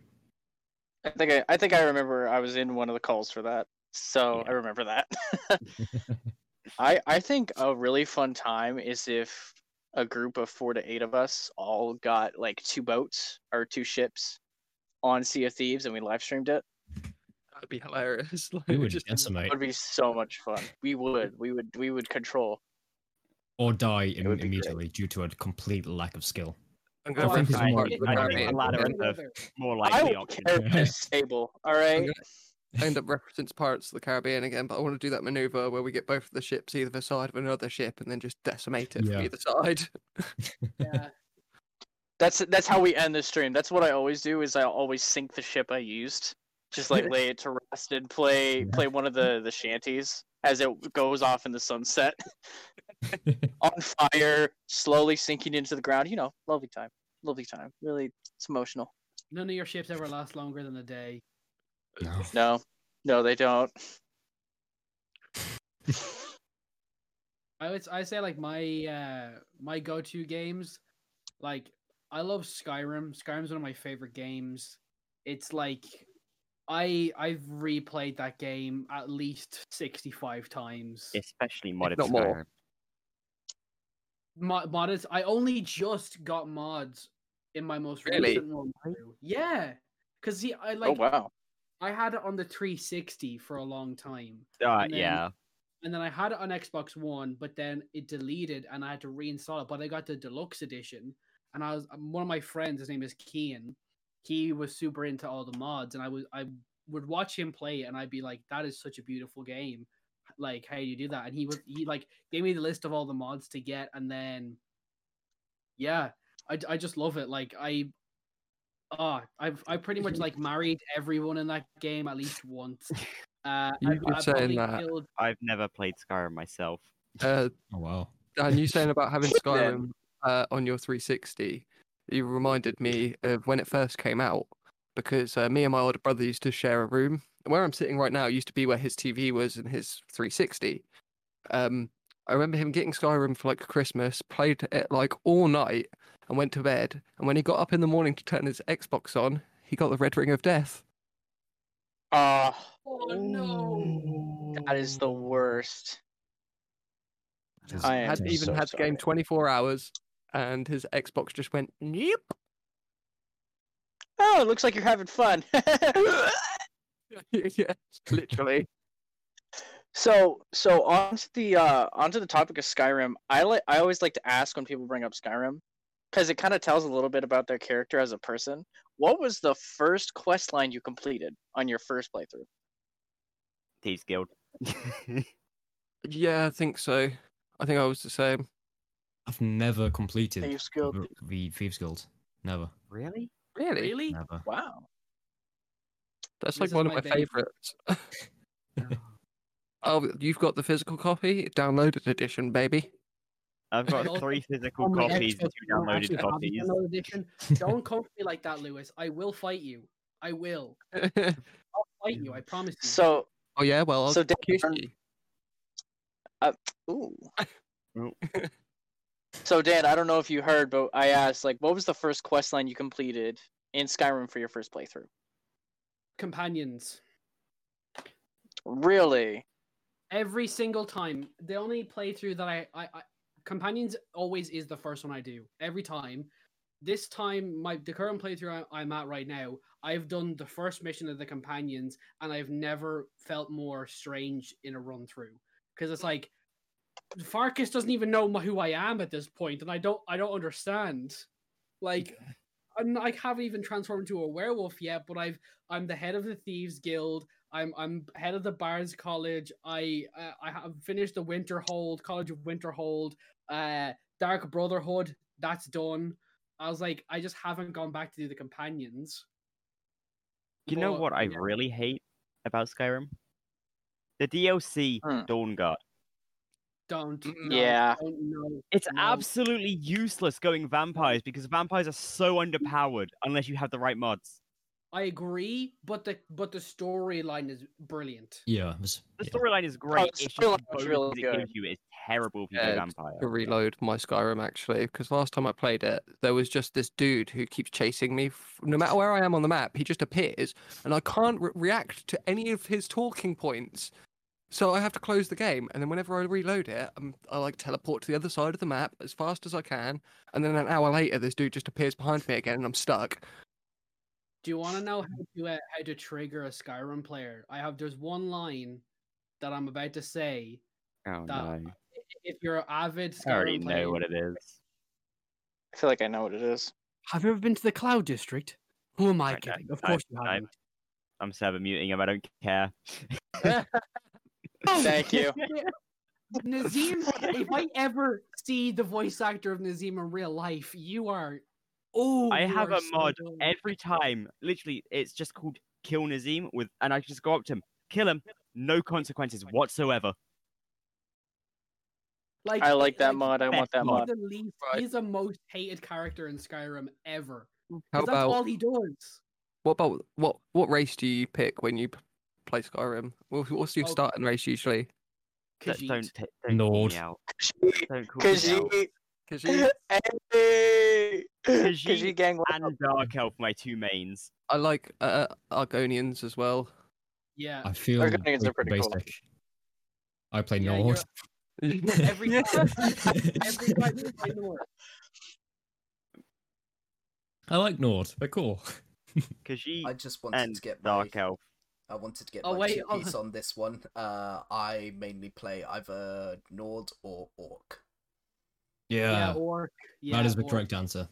I think I, I think I remember I was in one of the calls for that. So I Yeah. remember that. I I think a really fun time is if a group of four to eight of us all got like two boats or two ships on Sea of Thieves and we live streamed it. That'd be hilarious. uh, Like, We would just- decimate It would be so much fun. We would. We would we would control. or die im- would be great. immediately due to a complete lack of skill. I'm Oh, going I'm to sorry. tomorrow. I with my didn't mate. think I'm a lot ladder of gonna- and the more I likely would option. care if it's stable, all right? I end up reference Pirates of the Caribbean again, but I want to do that maneuver where we get both of the ships either side of another ship and then just decimate it Yeah. from either side. Yeah, That's that's how we end the stream. That's what I always do. Is I always sink the ship I used, just like lay it to rest and play Yeah. play one of the the shanties as it goes off in the sunset. on fire, slowly sinking into the ground. You know, lovely time, lovely time. Really, it's emotional. None of your ships ever last longer than a day. No. No, no, they don't. Oh, I would I say like my uh my go to games, like I love Skyrim. Skyrim's one of my favorite games. It's like I I've replayed that game at least sixty five times. especially modded not more. Skyrim. Mod, mods. I only just got mods in my most Really? recent one. through. Yeah, because see, I like oh wow. I had it on the three sixty for a long time. Uh, And then- yeah, and then I had it on Xbox One, but then it deleted, and I had to reinstall it. But I got the deluxe edition, and I was um, one of my friends. His name is Kean. He was super into all the mods, and I was I would watch him play, it, and I'd be like, "That is such a beautiful game. Like, how do you do that?" And he would he like gave me the list of all the mods to get, and then yeah, I I just love it. Like I. Ah, I've I pretty much like married everyone in that game at least once. Uh, You I've- keep I've saying probably that. killed- I've never played Skyrim myself. Uh, Oh wow. and you saying about having Skyrim Then- uh, on your 360, you reminded me of when it first came out because uh, me and my older brother used to share a room. Where I'm sitting right now used to be where his TV was and his 360. Um, I remember him getting Skyrim for like Christmas, played it like all night, and went to bed. And when he got up in the morning to turn his Xbox on, he got the Red Ring of Death. Ah, Oh Mm. no! that is the worst. I am Had even so had the game sorry. 24 hours, and his Xbox just went, nope. Oh, it looks like you're having fun. yeah, literally. So, so onto the uh onto the topic of Skyrim. I like I always like to ask when people bring up Skyrim because it kind of tells a little bit about their character as a person. What was the first quest line you completed on your first playthrough? Thieves Guild. Yeah, I think so. I think I was the same. I've never completed Thieves Guild. the- the Thieves Guild. Never. really? Really? Really? Never. Wow. This That's like is one of my my baby. favorites. oh, you've got the physical copy, downloaded edition, baby. I've got also- three Oh physical my copies, Xbox and two One actually downloaded had copies. download edition. Don't come to me like that, Lewis. I will fight you. I will. oh I'll fight you. I promise you. So, yeah, well, I'll So, Dan, kiss um, you. ooh. Oh. so Dan, I don't know if you heard, but I asked like, what was the first quest line you completed in Skyrim for your first playthrough? companions. Really? Every single time. The only playthrough that I, I, I companions always is the first one I do. Every time. This time, my the current playthrough I, I'm at right now, I've done the first mission of the companions, and I've never felt more strange in a run through. Because it's like Farkas doesn't even know my, who I am at this point, and I don't I don't understand. Like I'm, I haven't even transformed into a werewolf yet, but I've I'm the head of the thieves guild. I'm I'm head of the Bards College. I uh, I have finished the Winterhold College of Winterhold. Uh, Dark Brotherhood. That's done. I was like, I just haven't gone back to do the companions. You know But, what I yeah. really hate about Skyrim? The DLC Hmm. Dawnguard. Don't. no, Yeah. Don't, no. It's No. absolutely useless going vampires because vampires are so underpowered unless you have the right mods. I agree, but the but the storyline is brilliant. Yeah. it was- The yeah. storyline is great. the it's just storyline bonus was really it gives good. you is terrible if you Yeah, go it's vampire. to reload my Skyrim actually, because last time I played it, there was just this dude who keeps chasing me. f- No matter where I am on the map, he just appears, and I can't re- react to any of his talking points. So I have to close the game, and then whenever I reload it, i I like teleport to the other side of the map as fast as I can, and then an hour later, this dude just appears behind me again, and I'm stuck. Do you want to know how to uh, how to trigger a Skyrim player? I have there's one line that I'm about to say. Oh That- no. If you're an avid Skyrim I already player, know what it is. I feel like I know what it is. have you ever been to the Cloud District? Who am I Right, no, kidding? Of I- course you I- haven't. I'm server muting him, I don't care. Thank you. Nazim, if I ever see the voice actor of Nazim in real life, you are. Oh, I you have are a so mod good. Every time, literally, it's just called kill Nazim with and I just go up to him, kill him, no consequences whatsoever. Like I like that like, mod. I want that he's mod. The least, Right. He's the most hated character in Skyrim ever. 'Cause How that's about all he does. what about what what race do you pick when you p- play Skyrim? What- What's your Oh. starting race usually? Don't, Khajiit. don't, t- don't call Nord. me out. Don't call me out. Khajiit, Because Andy, Khajiit Khajiit gang. what up? And Dark Elf, my two mains. I like uh, Argonians as well. Yeah. I feel Argonians are we're pretty cool. I play Yeah, Nord. Every time. Every time you play Nord. I like Nord. They're cool. I Khajiit just wanted and to get my, Dark Elf. I wanted to get Oh, my wait, two oh. piece on this one. Uh, I mainly play either Nord or Orc. Yeah, yeah, or yeah, that is the or- correct answer.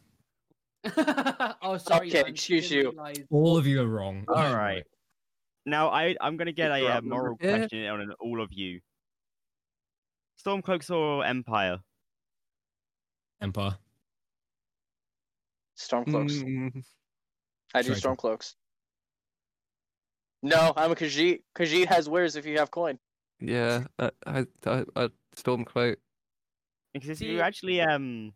oh, sorry. Okay, Dan, excuse didn't you. realize- All of you are wrong. All right. Now I I'm gonna get a Grab uh, them. moral Yeah. question on all of you. Stormcloaks or Empire? Empire. Stormcloaks. Mm, I do Striker. stormcloaks. No, I'm a Khajiit. Khajiit has wares if you have coin. yeah, I, I, I, I Stormcloak. Because if See- you actually um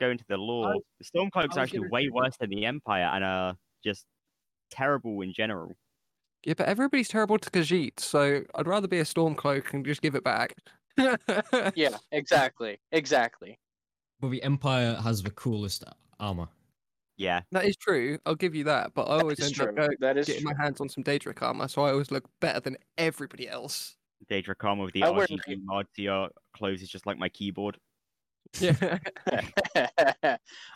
go into the lore, the Stormcloaks was are actually gonna way say- worse than the Empire and are just terrible in general. Yeah, but everybody's terrible to Khajiit, so I'd rather be a Stormcloak and just give it back. Yeah, exactly, exactly. But the Empire has the coolest armor. Yeah. that is true. I'll give you that, but I always That's end true. up going, that is getting true. my hands on some Daedric armor, so I always look better than everybody else. Daedra Karma with the I wear RGB mod to your clothes is just like my keyboard. Yeah.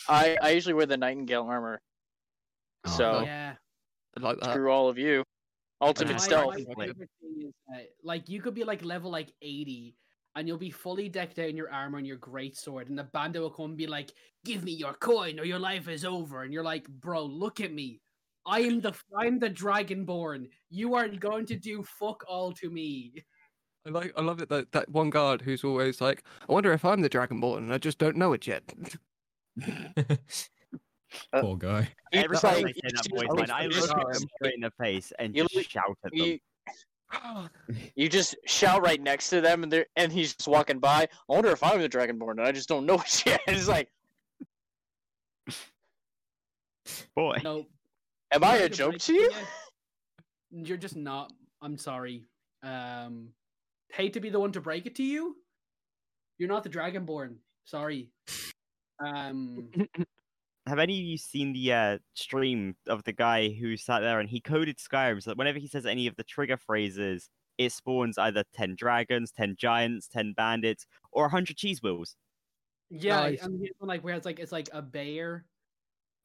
I I usually wear the nightingale armor. Oh, so Yeah. Uh, I like that. screw all of you. Ultimate My- stealth. my Like- favorite thing is that, like you could be like level like 80 and you'll be fully decked out in your armor and your great sword and the bandit will come and be like, "Give me your coin or your life is over." And you're like, "Bro, look at me. I am the I'm the dragonborn. You are going to do fuck all to me." I like. I love it that that one guard who's always like, "I wonder if I'm the Dragonborn, and I just don't know it yet." Uh, Poor guy. Every It's time like- I say that you voice just- line, I you look just- them straight in the face and you just look- shout at them. you, you just shout right next to them, and they're and he's just walking by. I wonder if I'm the dragonborn, and I just don't know it yet. It's like, Boy, No. am I a Like, joke like, to you? yeah. You're just not. I'm sorry. Um, hate to be the one to break it to you. You're not the Dragonborn. Sorry. Um, have any of you seen the uh, stream of the guy who sat there and he coded Skyrim so that whenever he says any of the trigger phrases, it spawns either 10 dragons, 10 giants, 10 bandits, or 100 cheese wheels? yeah, Nice. and the other one, like where it's like it's like a bear.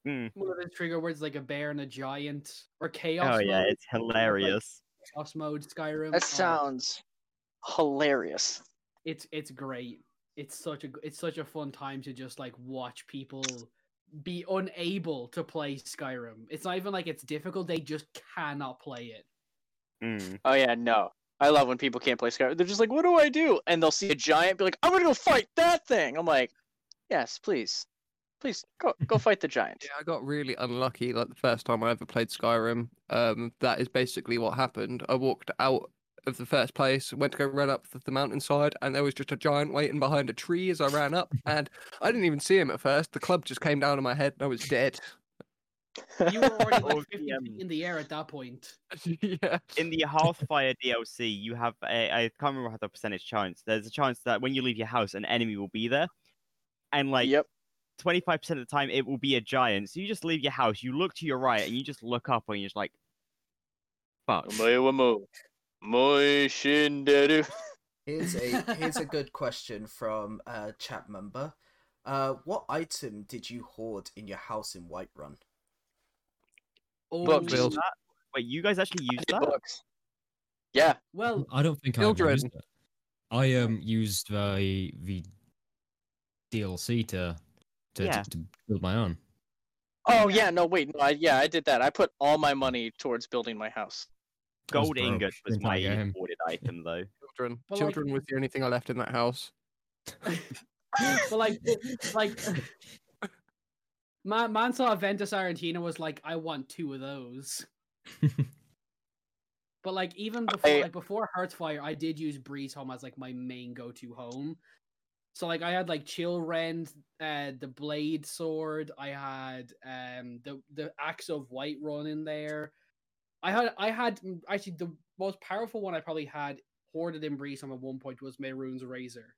Mm. One of the trigger words like a bear and a giant or chaos. Oh, yeah, mode, it's hilarious. chaos mode Skyrim. That Oh, sounds hilarious. it's it's great. It's such a g- it's such a fun time to just like watch people be unable to play Skyrim. It's not even like it's difficult; they just cannot play it. Mm. Oh yeah, no. I love when people can't play Skyrim. They're just like, "What do I do?" And they'll see a giant, be like, "I'm gonna go fight that thing." I'm like, "Yes, please, please go go fight the giant." Yeah, I got really unlucky like the first time I ever played Skyrim. Um, that is basically what happened. I walked out of the first place, went to go run up the, the mountainside, and there was just a giant waiting behind a tree as I ran up, and I didn't even see him at first. The club just came down on my head, and I was dead. You were already Or like fifty the, feet um, in the air at that point. yeah. In the Hearthfire DLC, you have a, I can't remember how the percentage chance. There's a chance that when you leave your house, an enemy will be there. And like, yep. 25% of the time it will be a giant. So you just leave your house, you look to your right, and you just look up and you're just like, fuck. Moiwamu. Moi Shinderu. Here's a here's a good question from a chat member. Uh, what item did you hoard in your house in Whiterun? Oh, Books. Build. Wait, you guys actually use that? Books. Yeah. well, I don't think I Children. used it. I um used the the DLC to to, Yeah. to, to build my own. Oh yeah. No wait. No. I, yeah, I did that. I put all my money towards building my house. I was Gold broke ingot the was my entire game. imported item, though. Children. But, like- Children was the only thing I left in that house. but like like uh, man, man saw Ventus Argentina was like, I want two of those. But like even before I- like before Hearthfire, I did use Breeze Home as like my main go-to home. So like I had like chill rend, uh, the blade sword. I had um the the axe of white run in there. I had I had mm, actually the most powerful one I probably had hoarded in Breesome at one point was Mehrunes Razor.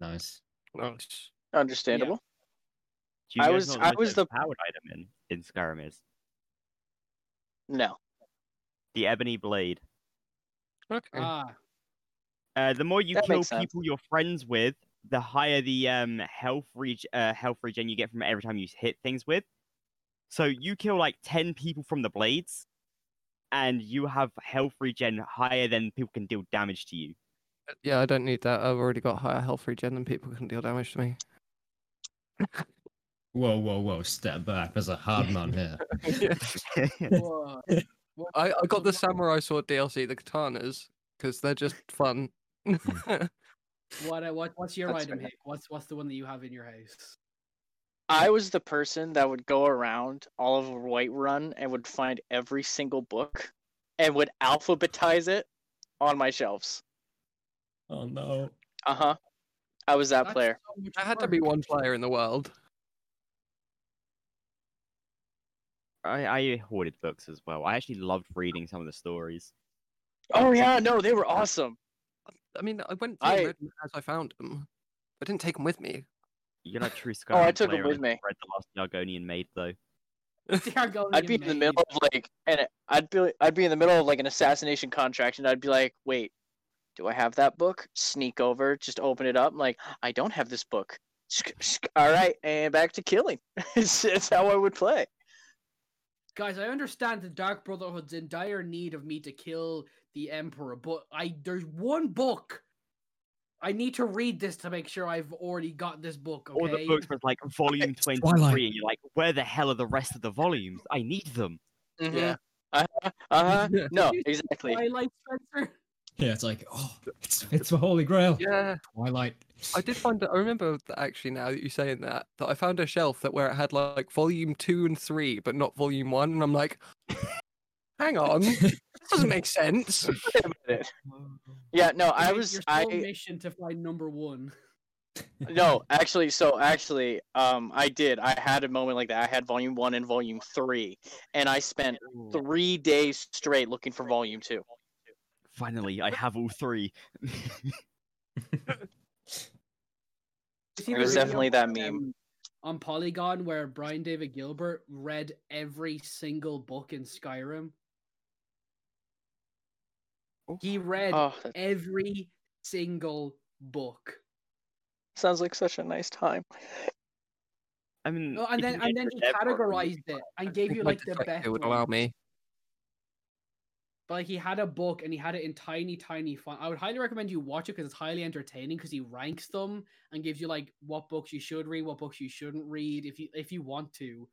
Nice. Nice. Understandable. Do you I guys was- not I know what was the the- powered item in, in Skyrim is No. the Ebony Blade. Okay. Ah, Uh, the more you That kill makes sense. people you're friends with, the higher the um health reg- uh, health regen you get from every time you hit things with. So you kill like ten people from the blades, and you have health regen higher than people can deal damage to you. Yeah, I don't need that. I've already got higher health regen than people can deal damage to me. Whoa, whoa, whoa! Step back. There's a hard man here. whoa. Whoa. I, I got the samurai sword DLC, the katanas, because they're just fun. Hmm. What, uh, what what's your That's item, fair. Hick? What's what's the one that you have in your house? I was the person that would go around all of Whiterun and would find every single book and would alphabetize it on my shelves. oh no. Uh huh. I was that That's player. so much I had to be work. one player in the world. I, I hoarded books as well. I actually loved reading some of the stories. Oh yeah, no, they were awesome. I mean, I went through and I- read them as I found them. I didn't take them with me. You're not a true Skyrim. Oh, I took 'em player, and with me. Read the last Yargonian maid though. Diagonia I'd be in the made. middle of like, and I'd be I'd be in the middle of like an assassination contract, and I'd be like, wait, do I have that book? Sneak over, just open it up. I'm like, I don't have this book. Sk- sk- All right, and back to killing. it's, it's how I would play. Guys, I understand the Dark Brotherhood's in dire need of me to kill the Emperor, but I there's one book. I need to read this to make sure I've already got this book. Okay. All the books was like volume twenty Twilight. three, and you're like, where the hell are the rest of the volumes? I need them. Mhm. Yeah. Uh-huh. Uh-huh. No, Did you see exactly. Twilight Spencer. Yeah, it's like oh, it's it's the Holy Grail. Yeah, Twilight. I did find. I remember th- actually now that you saying that that I found a shelf that where it had like volume two and three, but not volume one, and I'm like, hang on, this doesn't make sense. Yeah, no, I Your- was your I sole mission to find number one. no, actually so actually um I did. I had a moment like that. I had volume 1 and volume 3 and I spent 3 days straight looking for volume 2. Finally, I have all three. You see It the was video definitely that on, meme. um, on Polygon where Brian David Gilbert read every single book in Skyrim. He read Oh, that every single book. sounds like such a nice time. I mean, Oh, and if then you and get then to he Deborah and you- categorized it and gave you like the best. It would one. allow me. But like, he had a book and he had it in tiny, tiny font. I would highly recommend you watch it because it's highly entertaining because he ranks them and gives you like what books you should read, what books you shouldn't read, if you if you want to.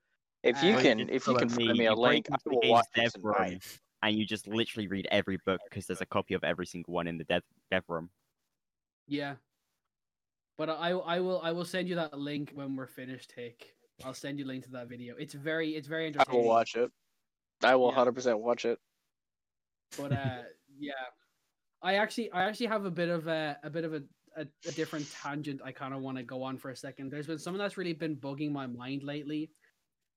If you Uh, can just if you like can me, find me a you break link, I into the will game's watch dev this room, tonight. and you just literally read every book because there's a copy of every single one in the dev, dev room. Yeah. But I I will I will send you that link when we're finished, Hick. I'll send you a link to that video. It's very it's very I entertaining. will watch it. I will Yeah. 100% watch it. But uh yeah. I actually I actually have a bit of a a bit of a, a, a different tangent I kinda wanna go on for a second. There's been something that's really been bugging my mind lately.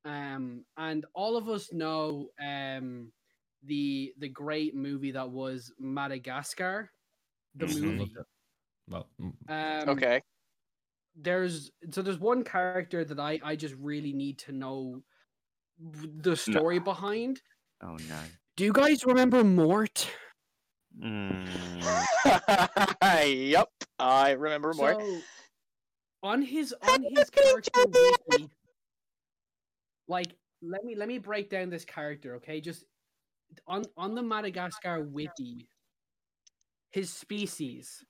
Um and all of us know um the the great movie that was Madagascar. The Mm-hmm. Mhm. movie. Well, mm, Um, Okay. there's so there's one character that I I just really need to know w- the story behind. Oh no. Do you guys remember Mort? Mm. yep. I remember more. So, on his on his character wiki, like let me let me break down this character, okay? Just on on the Madagascar wiki, his species: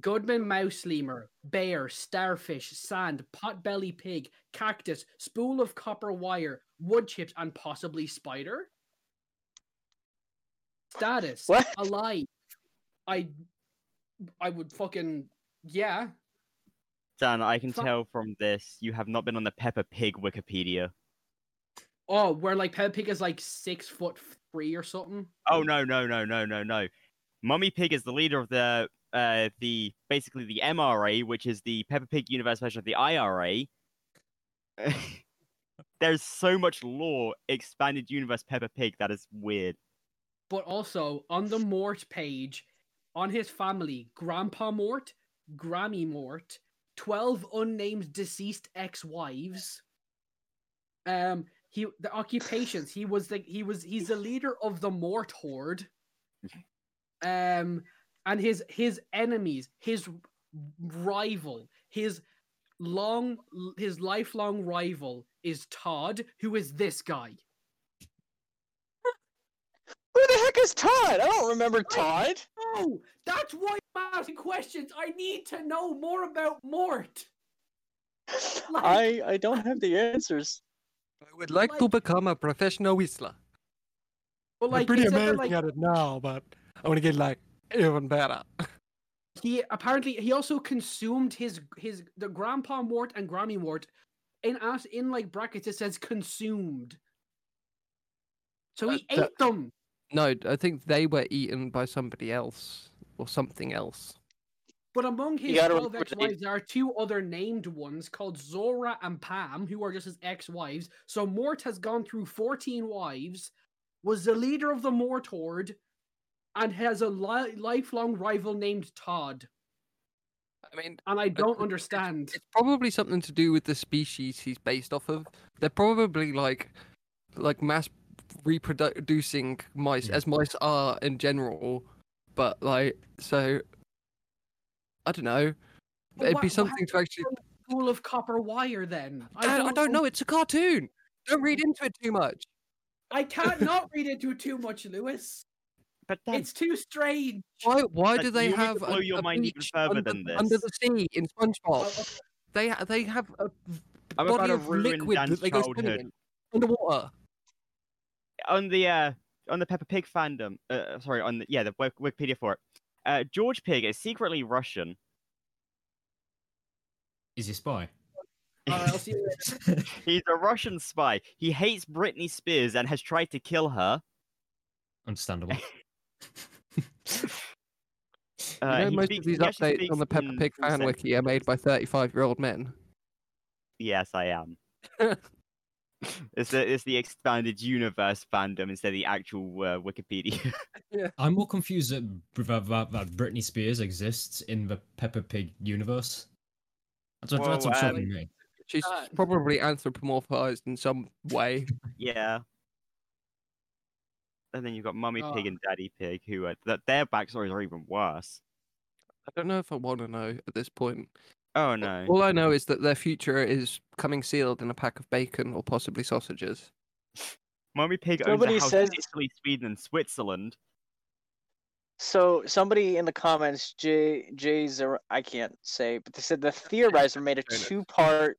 Goodman mouse lemur, bear, starfish, sand, potbelly pig, cactus, spool of copper wire, wood chips, and possibly spider. Status: What? alive. I I would fucking yeah. Dan, I can Fuck. tell from this you have not been on the Peppa Pig Wikipedia. Oh, where like Peppa Pig is like six foot three or something. Oh no no no no no no! Mummy Pig is the leader of the uh, uh, the basically the MRA, which is the Peppa Pig universe version of the IRA. There's so much lore expanded universe Peppa Pig that is weird. But also on the Mort page, on his family, Grandpa Mort, Grammy Mort, twelve unnamed deceased ex-wives. Um, he the occupations. He was the he was he's the leader of the Mort horde. Um, and his his enemies, his rival, his long his lifelong rival is Todd, who is this guy. Who the heck is Todd? I don't remember Todd. Oh, that's why I'm asking questions. I need to know more about Mort. Like, I I don't have the answers. I would like, to Like- become a professional whistler. but like, I'm pretty it's in the, like, amazing at it now, but I want to get like even better. he apparently he also consumed his his the grandpa wart and grammy wart in us in like brackets it says consumed so he Uh, ate that- them No, I think they were eaten by somebody else or something else. but among his gotta 12 remember that he- ex-wives there are two other named ones called zora and pam who are just his ex-wives so mort has gone through 14 wives was the leader of the mort horde and has a li- lifelong rival named todd I mean, and i don't it's- it's- understand it's probably something to do with the species he's based off of. They're probably like like mass reproducing mice Mm. as mice are in general, but like so I don't know. But It'd wha- be what something to actually. pool of copper wire then I don't, I don't know. It's a cartoon. Don't read into it too much. I can't not read into it too much, Lewis. But Dan, It's too strange. Why? Why Like, do they you need to have blow a, your a mind even beach further under, than this. under the sea in Oh, SpongeBob? They ha- they have a I'm about body to of ruin liquid Dan's that they go swimming childhood. in underwater. on the uh on the Peppa Pig fandom, uh, sorry, on the yeah the Wik- Wikipedia for it, uh, George Pig is secretly Russian. Is he a spy? Alright, Uh, I'll see you later. He's a Russian spy. He hates Britney Spears and has tried to kill her. Understandable. Uh, you know, he most speaks- of these he actually updates speaks on the Peppa in Pig full fan wiki are made by 35 year old men. Yes, I am. it's the it's the expanded universe fandom instead of the actual uh, Wikipedia. I'm more confused that, Br- that, that, that Britney Spears exists in the Peppa Pig universe. That's what, that's Well, what's um, shocking me. She's Uh, probably anthropomorphized in some way. yeah. And then you've got Mummy Pig Oh. and Daddy Pig, who are, th- their backstories are even worse. I don't know if I want to know at this point. Oh no. All I know is that their future is coming sealed in a pack of bacon or possibly sausages. Mummy Pig owns Nobody a house says- in Italy, Sweden, and Switzerland. So somebody in the comments, Jay Jay Zer- I can't say, but they said the theorizer made a Fair enough. two part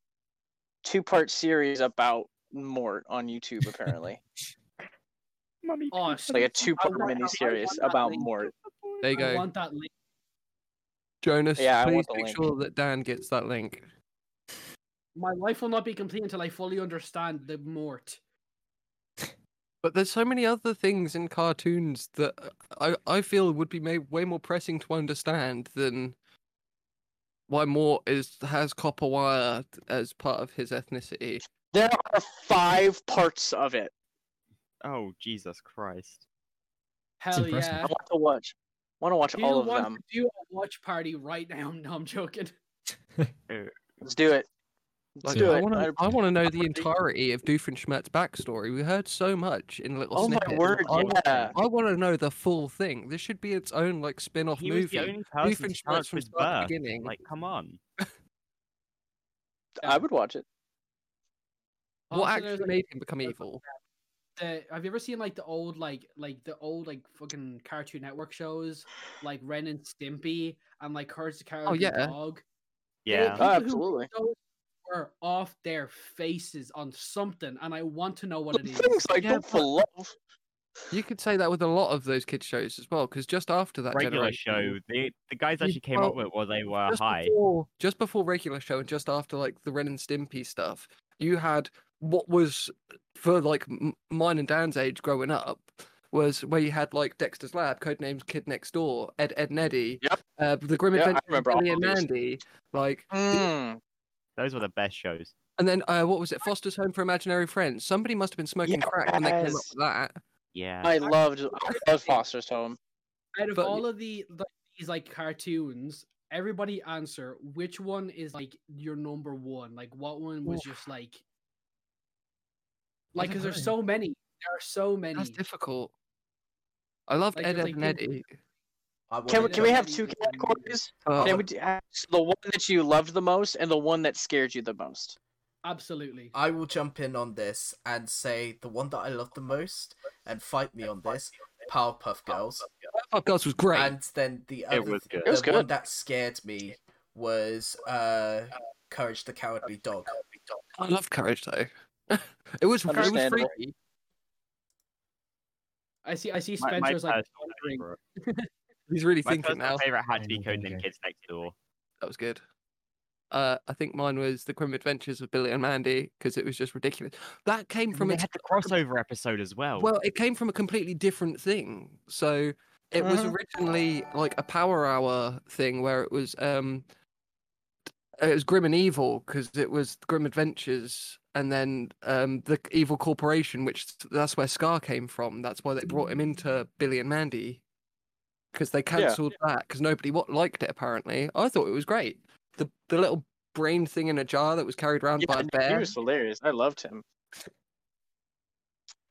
two part series about Mort on YouTube apparently. Mummy Oh, Pig. so like a two part I want- I mini series want that about link. Mort. There you I go. want that link. Jonas, Yeah, I please want the make link. sure that Dan gets that link. My life will not be complete until I fully understand the Mort. But there's so many other things in cartoons that I, I feel would be made way more pressing to understand than why Mort is has copper wire as part of his ethnicity. There are five parts of it. Oh Jesus Christ. Hell impressive. I yeah. want to watch. want to watch Do you all of want them. to do a watch party right now? No, I'm joking. Let's do it. Let's Like, do I it. wanna- I- I want to know the entirety of Doofenshmirtz's backstory. We heard so much in little Oh my snippets. word, I, wa- yeah. I want to know the full thing. This should be its own like spin-off He was movie. the only person to Doofenshmirtz challenge from with start birth. to beginning. Like, come on. I would watch it. what Also, there's, actually like, made him become evil? the have you ever seen like the old like like the old like fucking Cartoon Network shows like Ren and Stimpy and like Curse the Cowardly Oh, yeah. Dog? Yeah. People Oh, who- absolutely. Those were off their faces on something, and I want to know what it is. Things like Yeah, Don't for Love. You could say that with a lot of those kids shows as well, because just after that regular show. generation- The the guys You- actually came up with well, it while they were just high. Before, just before regular show and just after like the Ren and Stimpy stuff, you had what was for like m- mine and Dan's age growing up was where you had like Dexter's Lab, Codenames Kid Next Door, Ed Ed and Eddie, Yep. Uh, but the Grim Yeah, I Adventures of remember Billy all and these. Mandy, like, Mm, Those were the best shows. and then uh, what was it? Foster's Home for Imaginary Friends. Somebody must have been smoking crack when they came up Yes. with that. Yeah. I loved I loved Foster's Home. Out of But- all of the like, these like cartoons, everybody answer which one is like your number one. Like what one was just like like don't because there's know. so many. There are so many. That's difficult. I loved Like, Ed, there's, Ed like, and different- Eddie. I Can we, wanna can know- we have two categories? Oh, Can we do- uh, the one that you loved the most and the one that scared you the most. Absolutely. I will jump in on this and say the one that I love the most, and fight me on this, Powerpuff Girls. Powerpuff Girls was great. And then the other, was th- good. It was the one good. that scared me was uh, Courage the Cowardly Dog. I loved Courage though. it was it was Understandable. freaky. I see. I see. My- Spencer's my like personal wondering. favorite- He's really My thinking now. personal favorite had to be Ding, ding, Codename ding. Kids Next Door. That was good. Uh, I think mine was the Grim Adventures of Billy and Mandy because it was just ridiculous. That came From from they a had the crossover episode as well. well, it came from a completely different thing. So it was Mhm. originally like a Power Hour thing where it was um, it was Grim and Evil because it was Grim Adventures, and then um, the Evil Corporation, which s- that's where Scar came from. That's why they brought him into Billy and Mandy because they cancelled that because nobody what liked it. Apparently, I thought it was great. The the little brain thing in a jar that was carried around by a he bear. was hilarious. I loved him.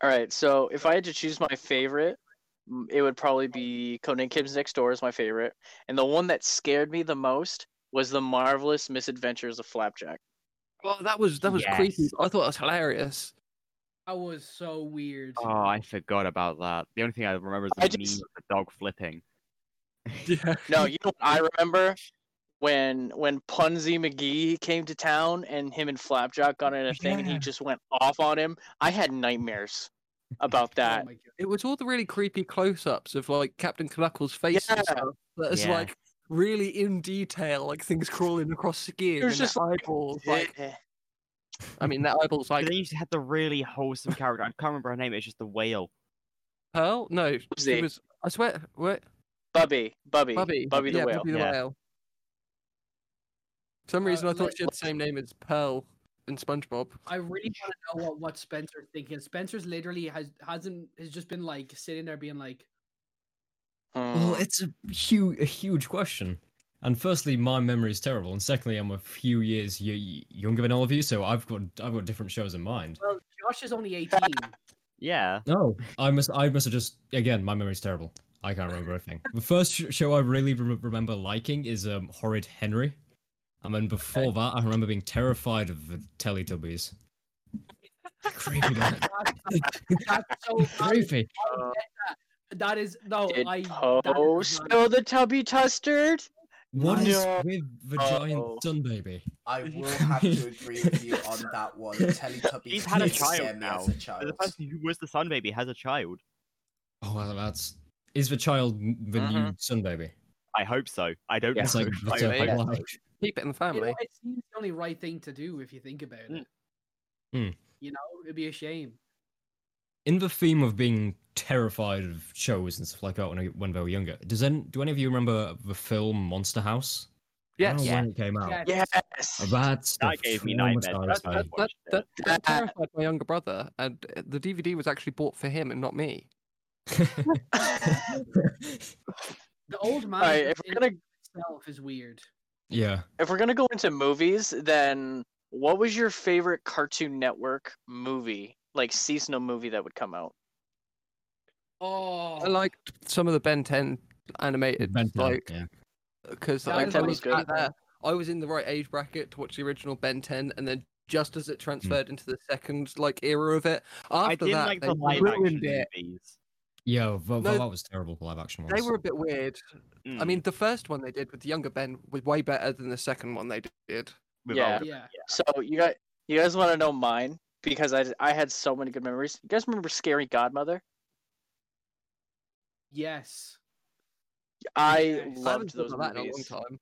All right, so if I had to choose my favorite, m- it would probably be Conan Kim's Next Door is my favorite, and the one that scared me the most was the marvelous misadventures of Flapjack. Oh, that was that was creepy. Yes. I thought it was hilarious. That was so weird. Oh, I forgot about that. The only thing I remember is the I meme just- of the dog flipping. Yeah. No, you know what I remember when when Punzi McGee came to town and him and Flapjack got in a thing and he Yeah. just went off on him. I had nightmares about Oh that. my God. it was all the really creepy close-ups of like Captain Knuckles' face Yeah. and stuff. That is Yeah. like really in detail, like things crawling across skin. There's and their just, like, eh, eyeballs. Like I mean, that eyeballs But like they used to have the really wholesome character. I can't remember her name. It's just the whale. Pearl. No, she Bubsy. was. I swear, what? Bubby, Bubby, Bubby. Bubby, the yeah, whale. Bubby the Yeah. whale. For some Uh, reason, I thought let- she had the same name as Pearl in SpongeBob. I really want to know what, what Spencer's thinking. Spencer's literally has hasn't has just been like sitting there being like, Well, Mm. it's a huge, a huge question. And firstly, my memory is terrible, and secondly, I'm a few years y- younger than all of you, so I've got I've got different shows in mind. "Well, Josh is only 18. Yeah. Oh. No, I must I must have just again my memory's terrible. I can't remember a thing. The first sh- show I really re- remember liking is um, Horrid Henry, and then before that, I remember being terrified of the Teletubbies. Creepy. man. That's- that's so I- Creepy. that is no. Did Oh, I Poe that is not- spill the tubby custard? What is No. with the Uh-oh. giant sun baby? I will have to agree with you on that one. Teletubbies He's had a did scare child me now. as So a The child. person who was the sun baby has a child. Oh, well, that's is the child n- the new Mhm. sun baby? I hope so. I don't Yeah. It's know. like that's I a hope big yeah. lie. Keep it you know, in the family. it seems the only right thing to do if you think about Mm. it. Mm. You know, it'd be a shame. In the theme of being terrified of shows and stuff like that when, I, when they were younger, does any, do any of you remember the film Monster House? I Yes. don't know Yeah. when it came out. Oh, Yeah. Yes. That stuff That gave me traumatized nightmares. That's- me. that's- That, that, that Yeah. terrified my younger brother, and uh, the DVD was actually bought for him and not me. The old man Alright, if in we're gonna itself is weird. yeah. if we're gonna go into movies, then what was your favorite Cartoon Network movie, like seasonal movie that would come out? Oh, I liked some of the Ben 10 animated, Ben 10, like yeah. because Yeah, like, Ben I 10 was was good. at that- I was in the right age bracket to watch the original Ben 10, and then just as it transferred into the second like era of it, I after didn't that like they the live action ruined it. movies. Yeah, well, No, that was terrible live action ones. They were a bit weird. I Mm, mean, the first one they did with the younger Ben was way better than the second one they did. with yeah. all- yeah. So you got you guys want to know mine because I I had so many good memories. You guys remember Scary Godmother? Yes. I Yes. I I loved haven't thought those about that in a long movies. time.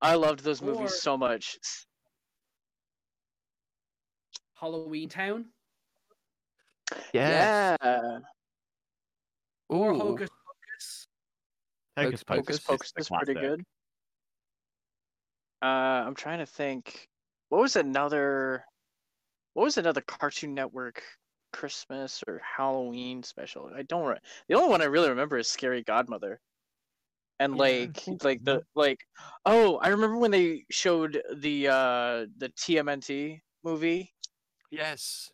I loved those movies Or- so much. Halloween Town. Yeah. Yeah. Or Ooh. Hocus Pocus. Hocus Hocus Pocus. Hocus is Pocus the is pretty classic. good. Uh, I'm trying to think. What was another? What was another Cartoon Network Christmas or Halloween special? I don't. Re- the only one I really remember is Scary Godmother. Yeah, And I like, think like the like, oh, I remember when they showed the uh the TMNT movie. Yes.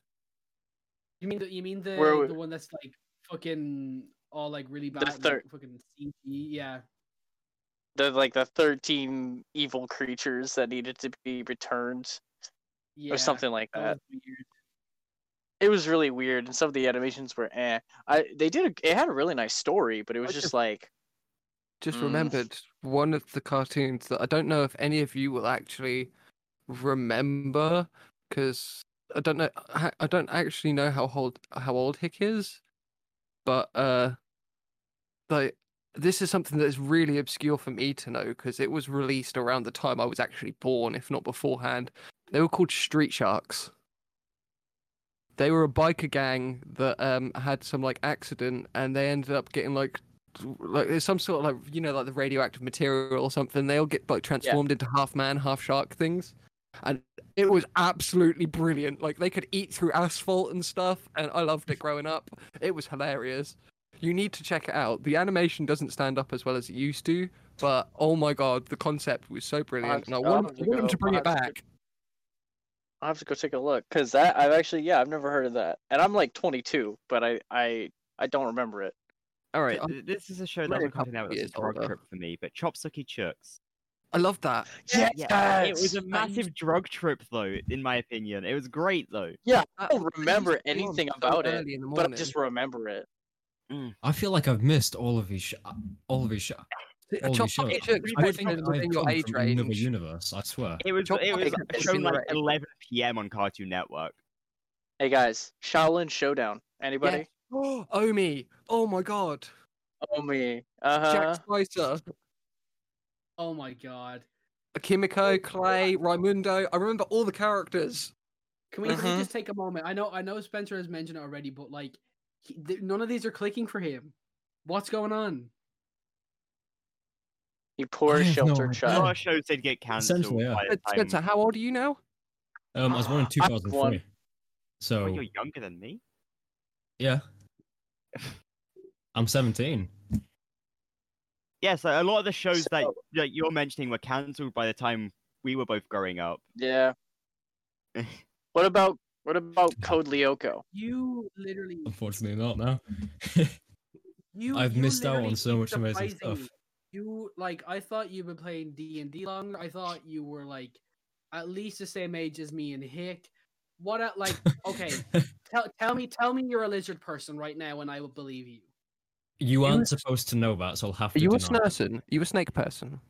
You mean the you mean the Where we- the one that's like fucking all like really bad like, third- fucking CG? Yeah. The like the thirteen evil creatures that needed to be returned Yeah. or something like that. was weird. it was really weird and some of the animations were eh. I they did a, it had a really nice story, but it was I just, just- like just Mm. remembered one of the cartoons that I don't know if any of you will actually remember because I don't know I I don't actually know how old how old Hick is, but uh, like this is something that's really obscure for me to know because it was released around the time I was actually born, if not beforehand. They were called Street Sharks. They were a biker gang that um had some like accident and they ended up getting like like there's some sort of like you know like the radioactive material or something they all get like transformed into half man half shark things and it was absolutely brilliant like they could eat through asphalt and stuff and i loved it growing up it was hilarious you need to check it out the animation doesn't stand up as well as it used to but oh my god the concept was so brilliant and i I'll want, have I to want them go. to bring I'll it have to back I will have to go take a look because that I've actually yeah I've never heard of that and I'm like 22, but I I I don't remember it. All right, I'm th- this is a show that only a doesn't come couple out. It's years a drug older. trip for me, but Chop Sucky Chooks. i love that Yeah, Yes, yeah, It was a I used massive drug trip, though, in my opinion. It was great, though. That I don't was- it used remember to be on anything so about it, early in the but I morning. just remember it. I feel like I've missed all of these, sh- all of these. Sh- See, all chop these shows. It should I would think fit I've within your come age from another range universe. I swear. It was Chop it Sucky was Chooks is shown in the like right. 11 p.m. on Cartoon Network. Hey guys, Shaolin Showdown. Anybody? oh omi oh my god Oh me. Uh huh. jack spicer Oh my god. Oh, Kimiko, Clay, Raimundo. I remember all the characters. Can we, can we Mhm. just take a moment? I know I know Spencer has mentioned it already, but like he, th- none of these are clicking for him. What's going on? You poor I have no sheltered idea. A child. Yeah. lot of shows did get cancelled. Essentially, yeah. by the Spen- time- Spencer, how old are you now? Um, I was born in I was 2003. one. Oh, So you're younger than me. yeah, I'm 17. Yeah, so a lot of the shows that, So- that you're mentioning were cancelled by the time we were both growing up. Yeah. What about what about Code Lyoko? You literally Unfortunately, not now. you I've you missed out on literally so much amazing surprising stuff. me. You like I thought you've been playing D and D longer. I thought you were like at least the same age as me and Hick. What a, like okay, tell tell me tell me you're a lizard person right now and I will believe you. you aren't was- supposed to know that, so I'll have Are to. you a deny it. person? Are you a snake person?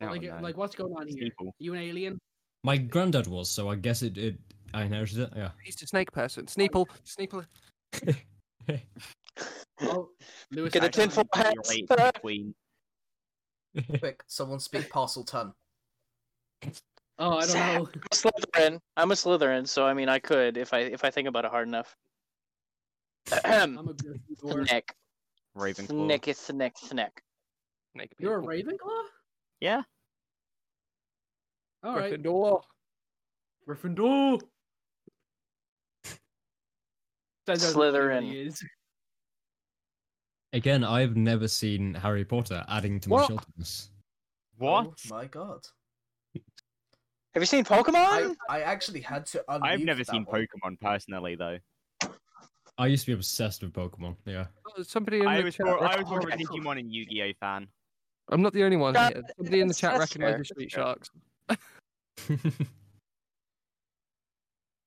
Oh, like no. like what's going on It's here? evil. You an alien? My granddad was, so I guess it. it I inherited it. Yeah. He's a snake person. Sneeple, Sneeple. Oh, Lewis Get a Hutton. tinfoil hat. You're late, Queen. Quick, someone speak Parseltongue. Oh, I Zap. don't know. Slytherin. I'm a Slytherin, so I mean, I could if I if I think about it hard enough. I'm a good door. Snick, Ravenclaw. snick, snick, snick. Snake You're a people. Ravenclaw? Yeah. All right. Gryffindor. Oh, Gryffindor. Says as one who Slytherin. he is. Again, I've never seen Harry Potter. Adding to my What? shelterness. What? Oh my god. Have you seen I, Pokemon? I actually had to unmute I've never that seen one. Pokemon personally, though. I used to be obsessed with Pokemon. Yeah. Oh, Somebody in I the was chat. more, I rec- was more of a recognise- Digimon and Yu-Gi-Oh fan. I'm not the only one That- here. Somebody in the chat that's fair, recognizes that's street fair. sharks.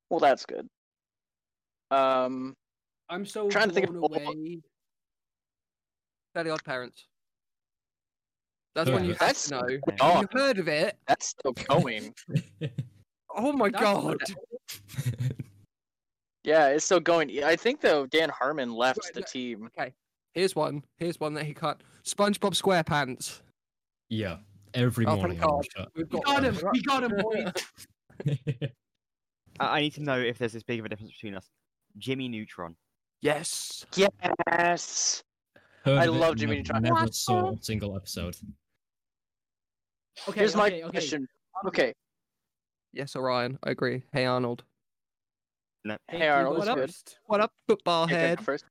Well, that's good. Um, I'm so Trying to think of blown all- away. Fairly odd parents. That's Yeah, when you but- have to know. That's- Hang on. oh, You heard of it? that's still going. Oh my That's god! what- yeah, it's still going. Yeah, I think though Dan Harmon left Right, the no. team. Here's one. Here's one that he cut. SpongeBob SquarePants. yeah. Every Oh, morning. thank I God. watch that. We've We got, got one. him. We got him, boys. I-, I need to know if there's this big of a difference between us. Jimmy Neutron. Yes. Yes. Heard I of it, love Jiminy never- Chocolate. Never saw a single episode. Okay, Here's my okay, okay. question. Okay, Yes, Orion. I agree. Hey, Arnold. Hey, Hey, you Arnold, go what up? first. What up, football I can head? go first.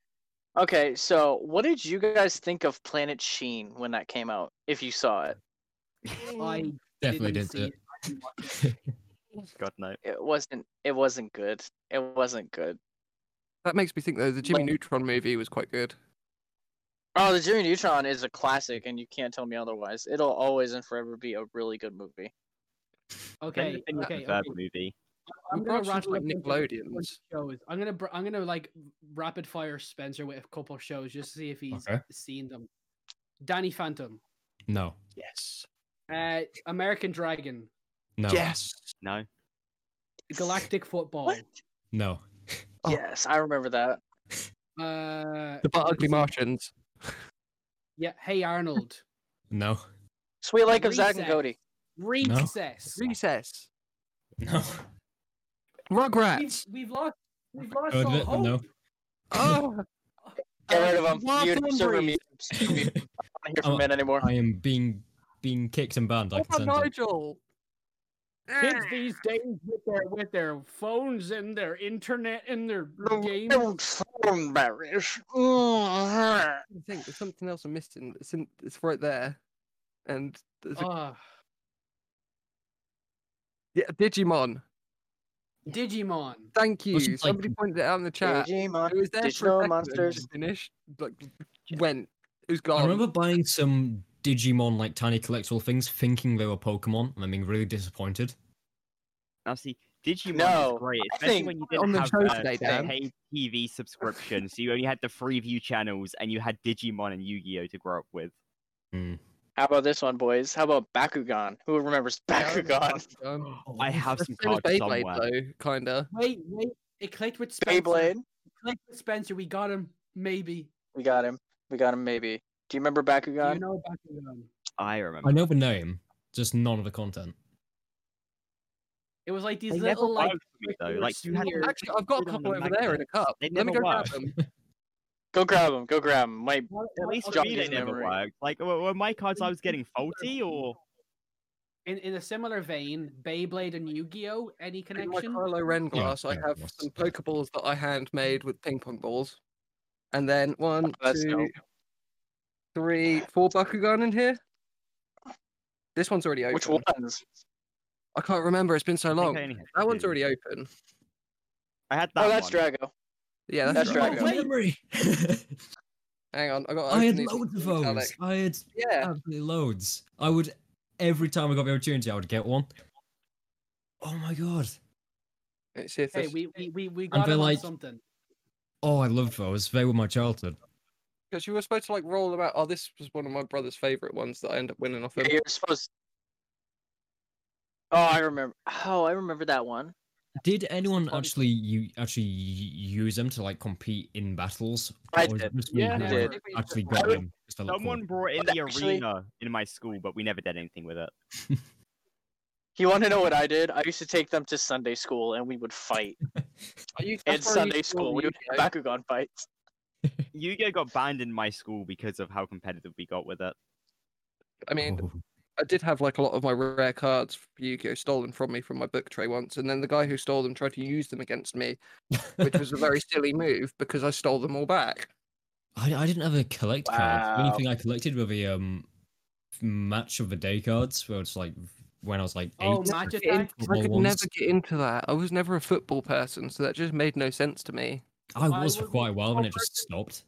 Okay, so what did you guys think of Planet Sheen when that came out? If you saw it, I Definitely didn't didn't. see do it. I didn't watch it. it. God no. it wasn't. It wasn't good. It wasn't good. That makes me think though the Jimmy But- Neutron movie was quite good. Oh, the Jimmy Neutron is a classic, and you can't tell me otherwise. It'll always and forever be a really good movie. Same Okay, thing with the okay, third okay. movie. I'm We gonna branched into, wrap like up into Nickelodeons. shows. I'm gonna br- I'm gonna like rapid fire Spencer with a couple of shows just to see if he's Okay. seen them. Danny Phantom, No, Yes. uh, American Dragon, no, Yes. No. Galactic Football, no. Oh. Yes, I remember that. uh, The but ugly Martians. yeah, Hey Arnold, No. Sweet Lake of Zack and Recess. Cody. Recess. Recess. No. We've, Rugrats. we've lost. We've lost Heard of all it, but hope. no. oh. Get Uh, rid of him. Wild Mute him, server Thornberrys. mute. him. Mute him. I don't want to hear from Oh, men anymore. I am being being kicked and banned. I What about consent. to. Nigel? Kids these days with their with their phones and their internet and their games. Thornberrys. Mm. I think there's something else I'm missing. It's, in, it's right there. And there's Oh. a, Ah, yeah, Digimon. Digimon. Thank you. Wasn't, like, Somebody pointed it out in the chat. Digimon. It was there for a Digital second and monsters. just finished, like went. It was gone. I remember buying some Digimon like tiny collectible things, thinking they were Pokemon, and then being really disappointed. Now see, Digimon No, is great, I especially think- when you On didn't the have show uh, today, Dan. pay TV subscription, so you only had the Freeview channels, and you had Digimon and Yu-Gi-Oh to grow up with. Hmm. How about this one, boys? How about Bakugan? Who remembers Bakugan? Um, Oh, I have it's some the same as cards Beyblade, somewhere. though, kinda. Wait, wait. It clicked with Spencer. Beyblade. It clicked with Spencer. We got him. Maybe. We got him. We got him. Maybe. Do you remember Do Bakugan? you know Bakugan? I remember. I know the name, just none of the content. It was like these They never little like worked for me though. Like you had smears. Actually, I've got a Put it on couple the over there in a magnet. cup. They Let me never go grab work. them. Go grab him. Go grab him. My at least jog for me his they never memory. worked. Like were, were my cards I was getting faulty or in, in a similar vein, Beyblade and Yu-Gi-Oh! Any In my connection? Kylo Ren glass, I yeah, have yes. some Pokeballs that I handmade with ping pong balls. And then one, That's two, dope. three, four Bakugan in here. This one's already open. which ones? I can't remember. It's been so I long. think I only had That one's two. already open. I had that Oh, that's one. Drago. Yeah, That's that's, right. right. Oh, memory. Hang on, I got. I had loads of those. Oh. I had Yeah, absolutely loads. I would every time I got the opportunity, I would get one. Oh my god! let's see if Hey, this we we we, we got they're him on like- something. Oh, I loved those. They were my childhood. because you were supposed to like roll about. Oh, this was one of my brother's favorite ones that I end up winning off him. Yeah, you're supposed. Oh, I remember. Oh, I remember that one. Did anyone fun. actually you actually y- use them to like compete in battles? I Or was it did. just me Yeah, I who did. Actually I got would- them. just to look Someone cool? brought in But the actually- arena in my school, but we never did anything with it. You want to know what I did? I used to take them to Sunday school, and we would fight. I used- that's At where I used Sunday to roll school, we would Yu-Gi-Oh. have Bakugan fights. Yu-Gi-Oh got banned in my school because of how competitive we got with it. I mean, Oh, I did have like a lot of my rare cards for Yu-Gi-Oh stolen from me from my book tray once, and then the guy who stole them tried to use them against me, which was a very silly move because I stole them all back. I, I didn't have a collect card. The Wow. only thing I collected were the um match of the day cards, where it's like when I was like eight. Oh, match Get in- attack. I football could ones. never get into that. I was never a football person, so that just made no sense to me. I was for was a quite a while, and it football just stopped.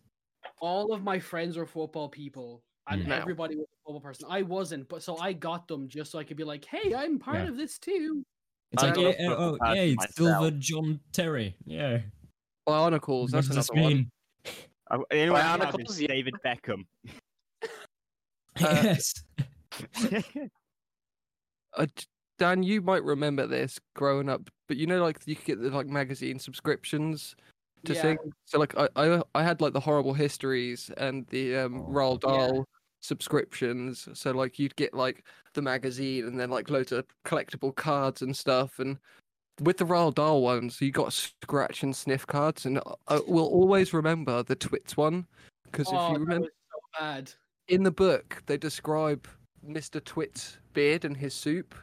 All of my friends were football people, and Mm. No. everybody was a football person. I wasn't, but so I got them just so I could be like, "Hey, I'm part Yeah. of this too." It's I like, got yeah, a football oh, card yeah, for it's Silver myself. John Terry. Yeah. Bionicles, What that's does this another one. mean? I, Uh, anyone who had Bionicles, this, yeah. David Beckham. Uh, yes. I d Dan, you might remember this growing up, but you know, like you could get the like magazine subscriptions to Yeah. things. So, like, I, I I had like the horrible histories and the um Oh, Roald yeah. Dahl subscriptions. So, like, you'd get like the magazine and then like loads of collectible cards and stuff. And with the Roald Dahl ones, you got uh, scratch and sniff cards, and I- I will always remember the Twits one because Oh, if that you remember, was so bad. in the book they describe Mr. Twit's beard and his soup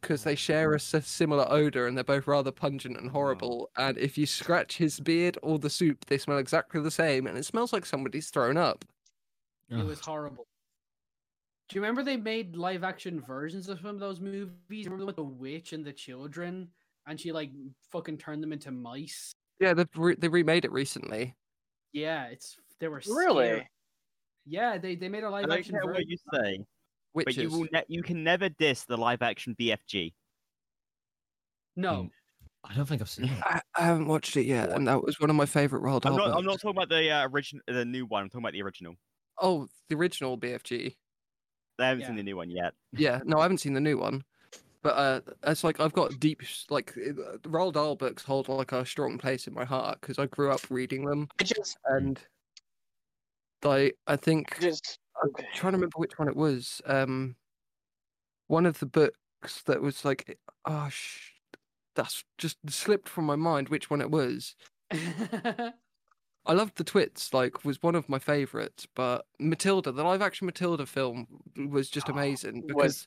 because they share a s- similar odor and they're both rather pungent and horrible. Mm. And if you scratch his beard or the soup, they smell exactly the same, and it smells like somebody's thrown up. It was horrible. Do you remember they made live action versions of some of those movies? Remember with the witch and the children, and she like fucking turned them into mice. Yeah, they re- they remade it recently. Yeah, it's they were Really? scary. Yeah, they they made a live I don't action care what version. you say, but Witches. you will ne- you can never diss the live action BFG. No, I don't think I've seen it. I, I haven't watched it yet, and that was one of my favorite Roald I'm Dahl not, I'm not books. talking about the uh, original, the new one. I'm talking about the original. Oh, the original BFG. I haven't seen Yeah. the new one yet. Yeah, no, I haven't seen the new one, but uh, it's like I've got deep s- like it- uh, Roald Dahl books hold like a strong place in my heart because I grew up reading them, I just, and like I think I just, I'm Okay. trying to remember which one it was. Um, one of the books that was like, oh, sh- that's just slipped from my mind which one it was. Mm. I loved the Twits, like, was one of my favorites, but Matilda, the live action Matilda film was just Oh, amazing was because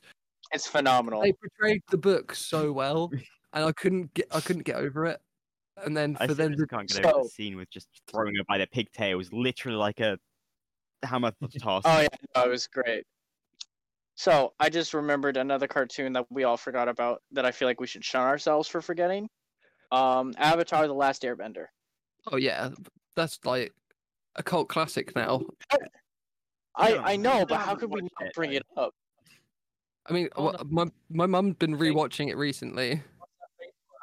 it's phenomenal. they portrayed the book so well, and I couldn't get I couldn't get over it. And then I for still them, to- just can't get over so- the scene with just throwing her by the pigtails, literally like a hammer toss. Oh yeah, no, it was great. So I just remembered another cartoon that we all forgot about that I feel like we should shun ourselves for forgetting. Um, Avatar: The Last Airbender. oh yeah, that's like a cult classic now. I Yeah, I we know, still but how haven't could we watched not it, bring though. it up? I mean, Hold wha- my my mum's been rewatching it recently.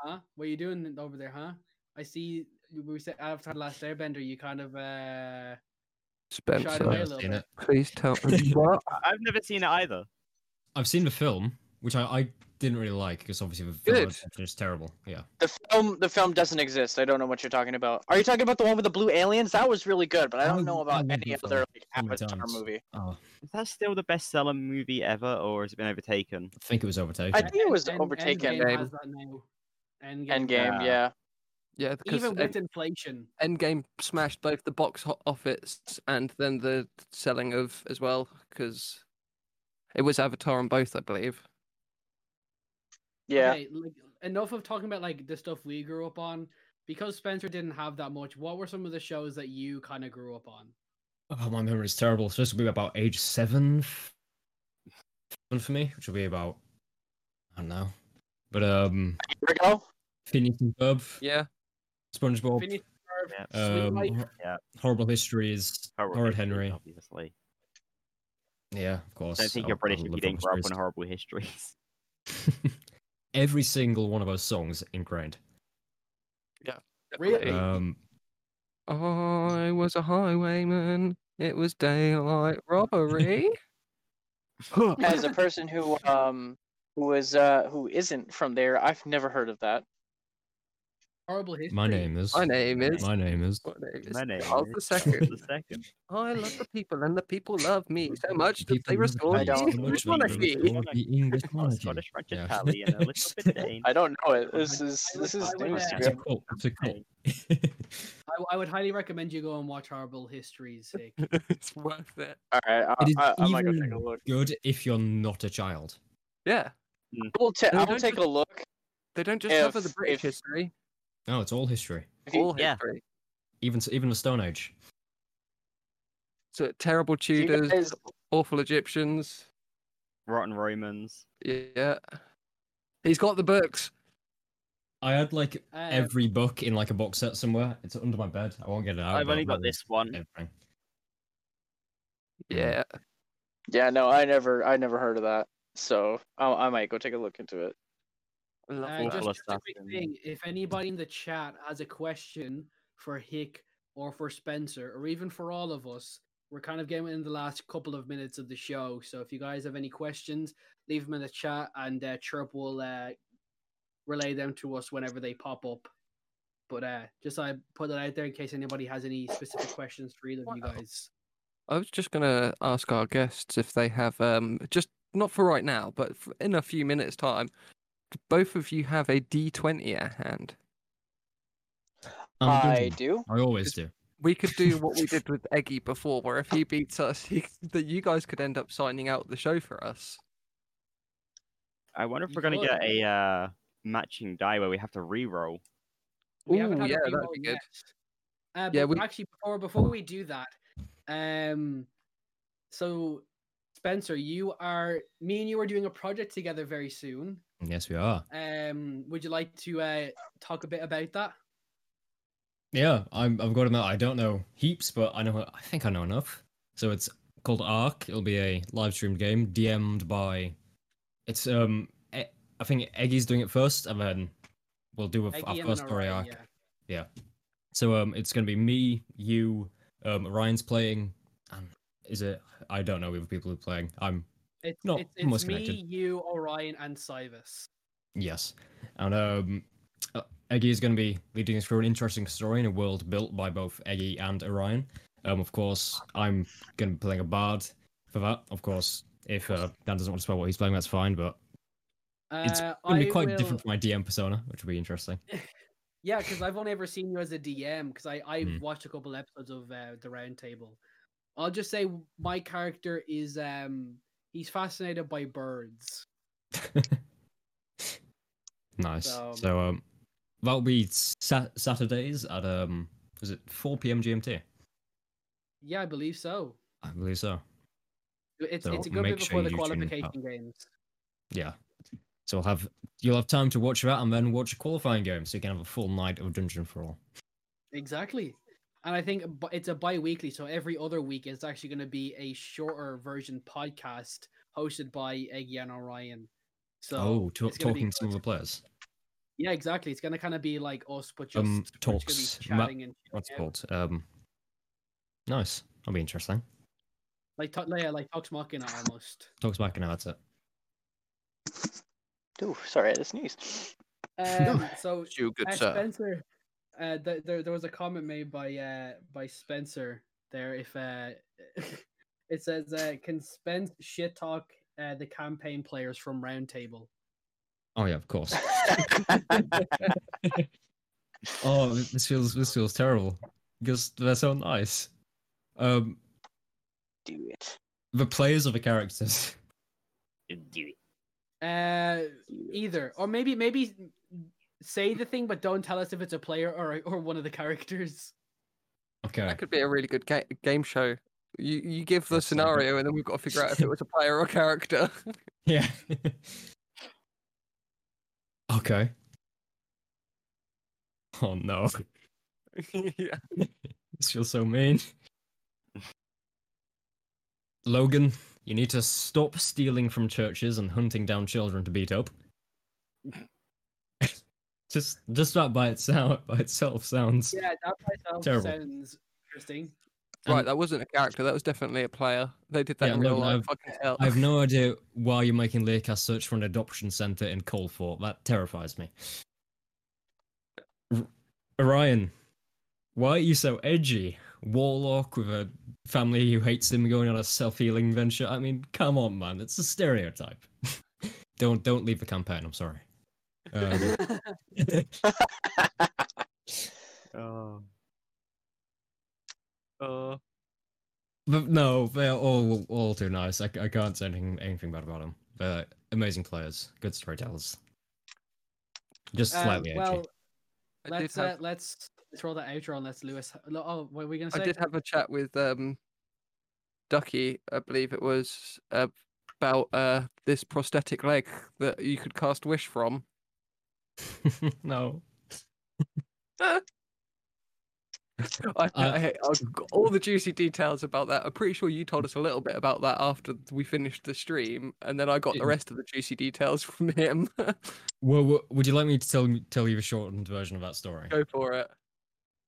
huh? What are you doing over there, huh? I see. We said after the last Airbender, you kind of uh shied away Spencer, a I've little seen bit. it. please tell me what. I- I've never seen it either. I've seen the film, which I, I didn't really like because obviously the film Good. adaptation is terrible. Yeah. The film the film doesn't exist. I don't know what you're talking about. Are you talking about the one with the blue aliens? That was really good, but I I don't was- know I about love any that other film like so many Avatar times. movie. Oh, Is that still the best seller movie ever, or has it been overtaken? I think it was overtaken. I think it was End- overtaken. Endgame has that now. Endgame. Endgame, Yeah. yeah. Yeah, because Even with End, inflation, Endgame smashed both the box ho- office and then the selling of as well, because it was Avatar on both, I believe. Yeah. Okay, like, enough of talking about like the stuff we grew up on. Because Spencer didn't have that much, what were some of the shows that you kind of grew up on? Oh, my memory is terrible. So this will be about age seven, f- seven for me, which will be about I don't know, but um, Here we go. Phineas and Ferb, Yeah, SpongeBob, Phineas Ferb, Yeah. Sweet um, Life, Hor- Yeah. Horrible Histories, Horrible Horrid Histories, Henry. Obviously. Yeah, of course. Don't think I- you're I British if love you didn't grow up on Horrible horrible histories. Histories. Every single one of those songs ingrained. Really? Um, I was a highwayman. It was daylight robbery. Huh. As a person who um who is uh who isn't from there, I've never heard of that. Horrible History. my name is. My name is. My name is. My name is. My name Charles is- the second. Oh, The second. I love the people, and the people love me so much that they People love restore I the don't- English monarchy. The English monarchy. Scottish, French, Yeah. Italian, a little bit Dane. I don't know it. This is I this would- is I would, news uh, to It's a me. cult. It's a cult. I, I would highly recommend you go and watch Horrible History's sake. it's worth it. All right, I, It is I, I might go even take a look. good if you're not a child. Yeah, We'll ta- No, I'll don't take a just- look. they don't just cover the If- British if- history, No, it's all history. If you- all yeah. history. Even even the Stone Age. So terrible if you Tudors, guys- awful Egyptians. Rotten Romans. Yeah. He's got the books. I had like Uh, Um, every book in like a box set somewhere. It's under my bed. I won't get it out. I've but only I've got read this one. Everything. Mm. Yeah. yeah, no, I never I never heard of that. So I, I might go take a look into it. uh, Awful just, just a quick Assassin. thing. If anybody in the chat has a question for Hick or for Spencer or even for all of us, we're kind of getting in the last couple of minutes of the show. So if you guys have any questions, leave them in the chat and uh, Chirp will uh, relay them to us whenever they pop up. But uh, just I put that out there in case anybody has any specific questions for either of you Wow. guys. I was just gonna ask our guests if they have um just not for right now, but f in a few minutes' time. do Both of you have a D twenty at hand. And I I do. do. I always do. we could do what we did with Eggy before, where if he beats us, he, that you guys could end up signing out the show for us. I wonder if You we're gonna could. get a uh, matching die where we have to re-roll. We Ooh, haven't had a yeah, that'd re-roll be good. yet. Uh, Yeah, but we- actually, before before we do that, um, so Spencer, you are me and you are doing a project together very soon. Yes, we are. Um, would you like to uh, talk a bit about that? Yeah, I'm, I've got him out. I don't know heaps, but I know. I think I know enough. So it's called Arc. It'll be a live streamed game, DM'd by. It's um, E- I think Eggy's doing it first, and then we'll do a, our Eggy and first then story Orion, arc. yeah. So um, it's gonna be me, you, um, Ryan's playing, and is it? I don't know the other people who are playing. I'm It's, No, it's, most it's me, connected. you, Orion, and Cybus. Yes. And um, uh, Eggy is going to be leading us through an interesting story in a world built by both Eggy and Orion. Um, of course, I'm going to be playing a bard for that. Of course, if uh, Dan doesn't want to spell what he's playing, that's fine, but Uh, it's going to be I quite will... different from my DM persona, which will be interesting. Yeah, because I've only ever seen you as a DM. Because I I've Mm. watched a couple episodes of uh, the Roundtable. I'll just say my character is um he's fascinated by birds. Nice. So- So, um, that'll be sa- Saturdays at, um, is it 4 p.m. GMT? Yeah, I believe so. I believe so. It's So it's a good make bit before sure the you tune in. qualification games. Yeah. So we'll have you'll have time to watch that and then watch a qualifying game, so you can have a full night of Dungeon for All. Exactly. And I think bu- it's a bi-weekly, so every other week it's actually going to be a shorter version podcast hosted by Eggy and Orion. So oh, to- it's gonna be talking to some good. of the players. yeah, exactly. It's going to kind of be like us, but just Um, we're just gonna be talks, ma- chatting and What's it chilling out. called? Um, nice. That'll be interesting. like talk, yeah, like talks mocking almost. Talks back and that's it. Ooh, sorry, I sneezed. Um, so You good uh, sir. Spencer, uh, th- there there was a comment made by uh by Spencer there. If uh, it says uh, can Spence shit talk uh, the campaign players from Roundtable. Oh yeah, of course. oh, this feels this feels terrible because they're so nice. Um, Do it. the players are the characters. Uh, Do it. either or maybe maybe say the thing, but don't tell us if it's a player or or one of the characters. Okay. That could be a really good ga- game show. You you give the That sounds good. scenario, and then we've got to figure out if it was a player or character. Yeah. okay. Oh no. yeah. This feels so mean. Logan, you need to stop stealing from churches and hunting down children to beat up. just just that by itself by itself sounds Yeah, that by itself Terrible. sounds interesting. Right, And- that wasn't a character. That was definitely a player. They did that Yeah, in real Logan, life. I've- Fucking hell. I have no idea why you're making Learcast search for an adoption centre in Colefort. That terrifies me. R- Orion, why are you so edgy? Warlock with a family who hates him going on a self-healing venture. I mean, come on, man, it's a stereotype. don't don't leave the campaign. I'm sorry. Um, Oh. Uh, but no, they're all all too nice. I, I can't say anything anything bad about them. They're amazing players, good storytellers. Just Um, slightly edgy. well, I did let's uh, have, let's let's roll that outro and let's Lewis. Oh, what were we gonna I say? did have a chat with um, Ducky. I believe it was uh, about uh, this prosthetic leg that you could cast wish from. no. I, Uh, I, hate- oh, g- all the juicy details about that. I'm pretty sure you told us a little bit about that after we finished the stream, and then I got the Mm. rest of the juicy details from him. Well, w- would you like me to tell tell you a shortened version of that story? Go for it.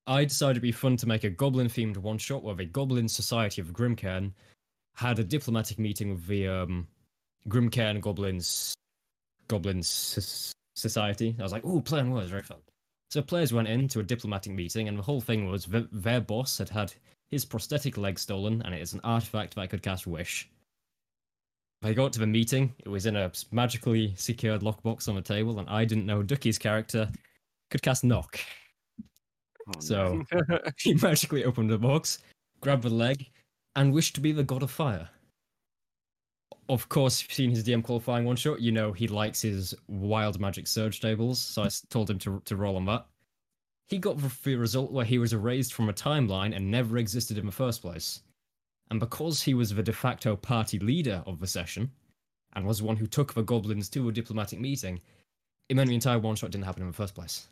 I decided it'd be fun to make a goblin themed one shot where the Goblin Society of Grimcairn had a diplomatic meeting with the um, Grimcairn Goblins Goblins Sus- Society. I was like, ooh, playing words, very fun. So players went in to a diplomatic meeting, and the whole thing was th- their boss had had his prosthetic leg stolen, and it is an artifact that could cast Wish. They got to the meeting, it was in a s- magically secured lockbox on the table, and I didn't know Ducky's character could cast Knock. Oh, So- he magically opened the box, grabbed the leg, and wished to be the god of fire. Of course, if you've seen his DM qualifying one shot, you know he likes his wild magic surge tables, so I s- told him to, to roll on that. He got the the result where he was erased from a timeline and never existed in the first place. And because he was the de facto party leader of the session, and was the one who took the goblins to a diplomatic meeting, it meant the entire one shot didn't happen in the first place.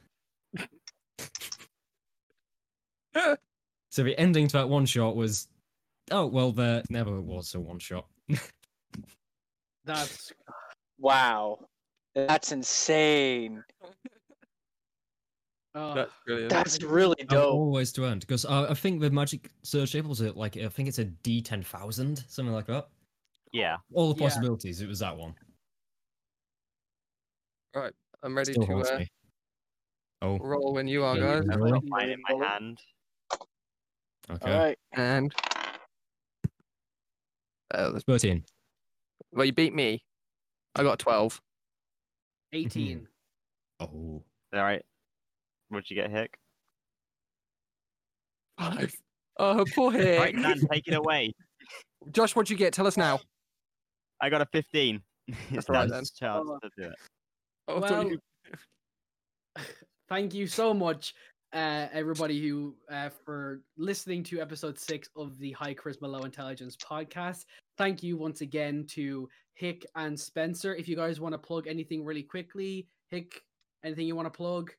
So the ending to that one shot was, oh well, there never was a one shot. That's Wow. That's insane. oh, That's brilliant. That's really I'm dope. Always to end because I, I think the magic search table was at, like I think it's a D ten thousand something like that. yeah. All the Yeah. possibilities. It was that one. I'm ready Still to haunts uh, me. Oh, roll when you are, Yeah, guys. you I've Really? got mine in my hand. okay. All right. And uh, Thirteen. well, you beat me. I got twelve. 18. Oh, All right. What'd you get, Hick? Five. Oh, poor All Hick. right, Dan, take it away. Josh, what'd you get? Tell us now. I got a 15. That's all right Dan's chance to do it. Oh, I thought Well, you- thank you so much, uh, everybody who uh, for listening to episode six of the High Charisma Low Intelligence podcast. Thank you once again to Hick and Spencer. If you guys want to plug anything really quickly, Hick, anything you want to plug?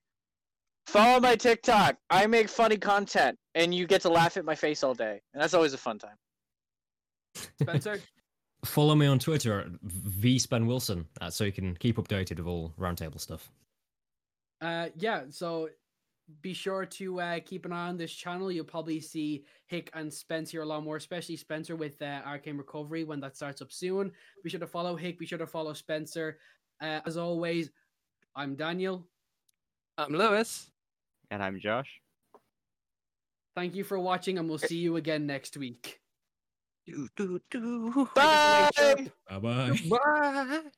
Follow my TikTok. I make funny content, and you get to laugh at my face all day, and that's always a fun time. Spencer, follow me on Twitter at vspenwilson, Wilson, uh, so you can keep updated of all roundtable stuff. uh, yeah. So be sure to uh, keep an eye on this channel. You'll probably see Hick and Spencer a lot more, especially Spencer with uh, Arcane Recovery when that starts up soon. Be sure to follow Hick. Be sure to follow Spencer. Uh, as always, I'm Daniel. I'm Lewis. And I'm Josh. Thank you for watching, and we'll see you again next week. Do, do, do. Bye. Bye bye. Bye.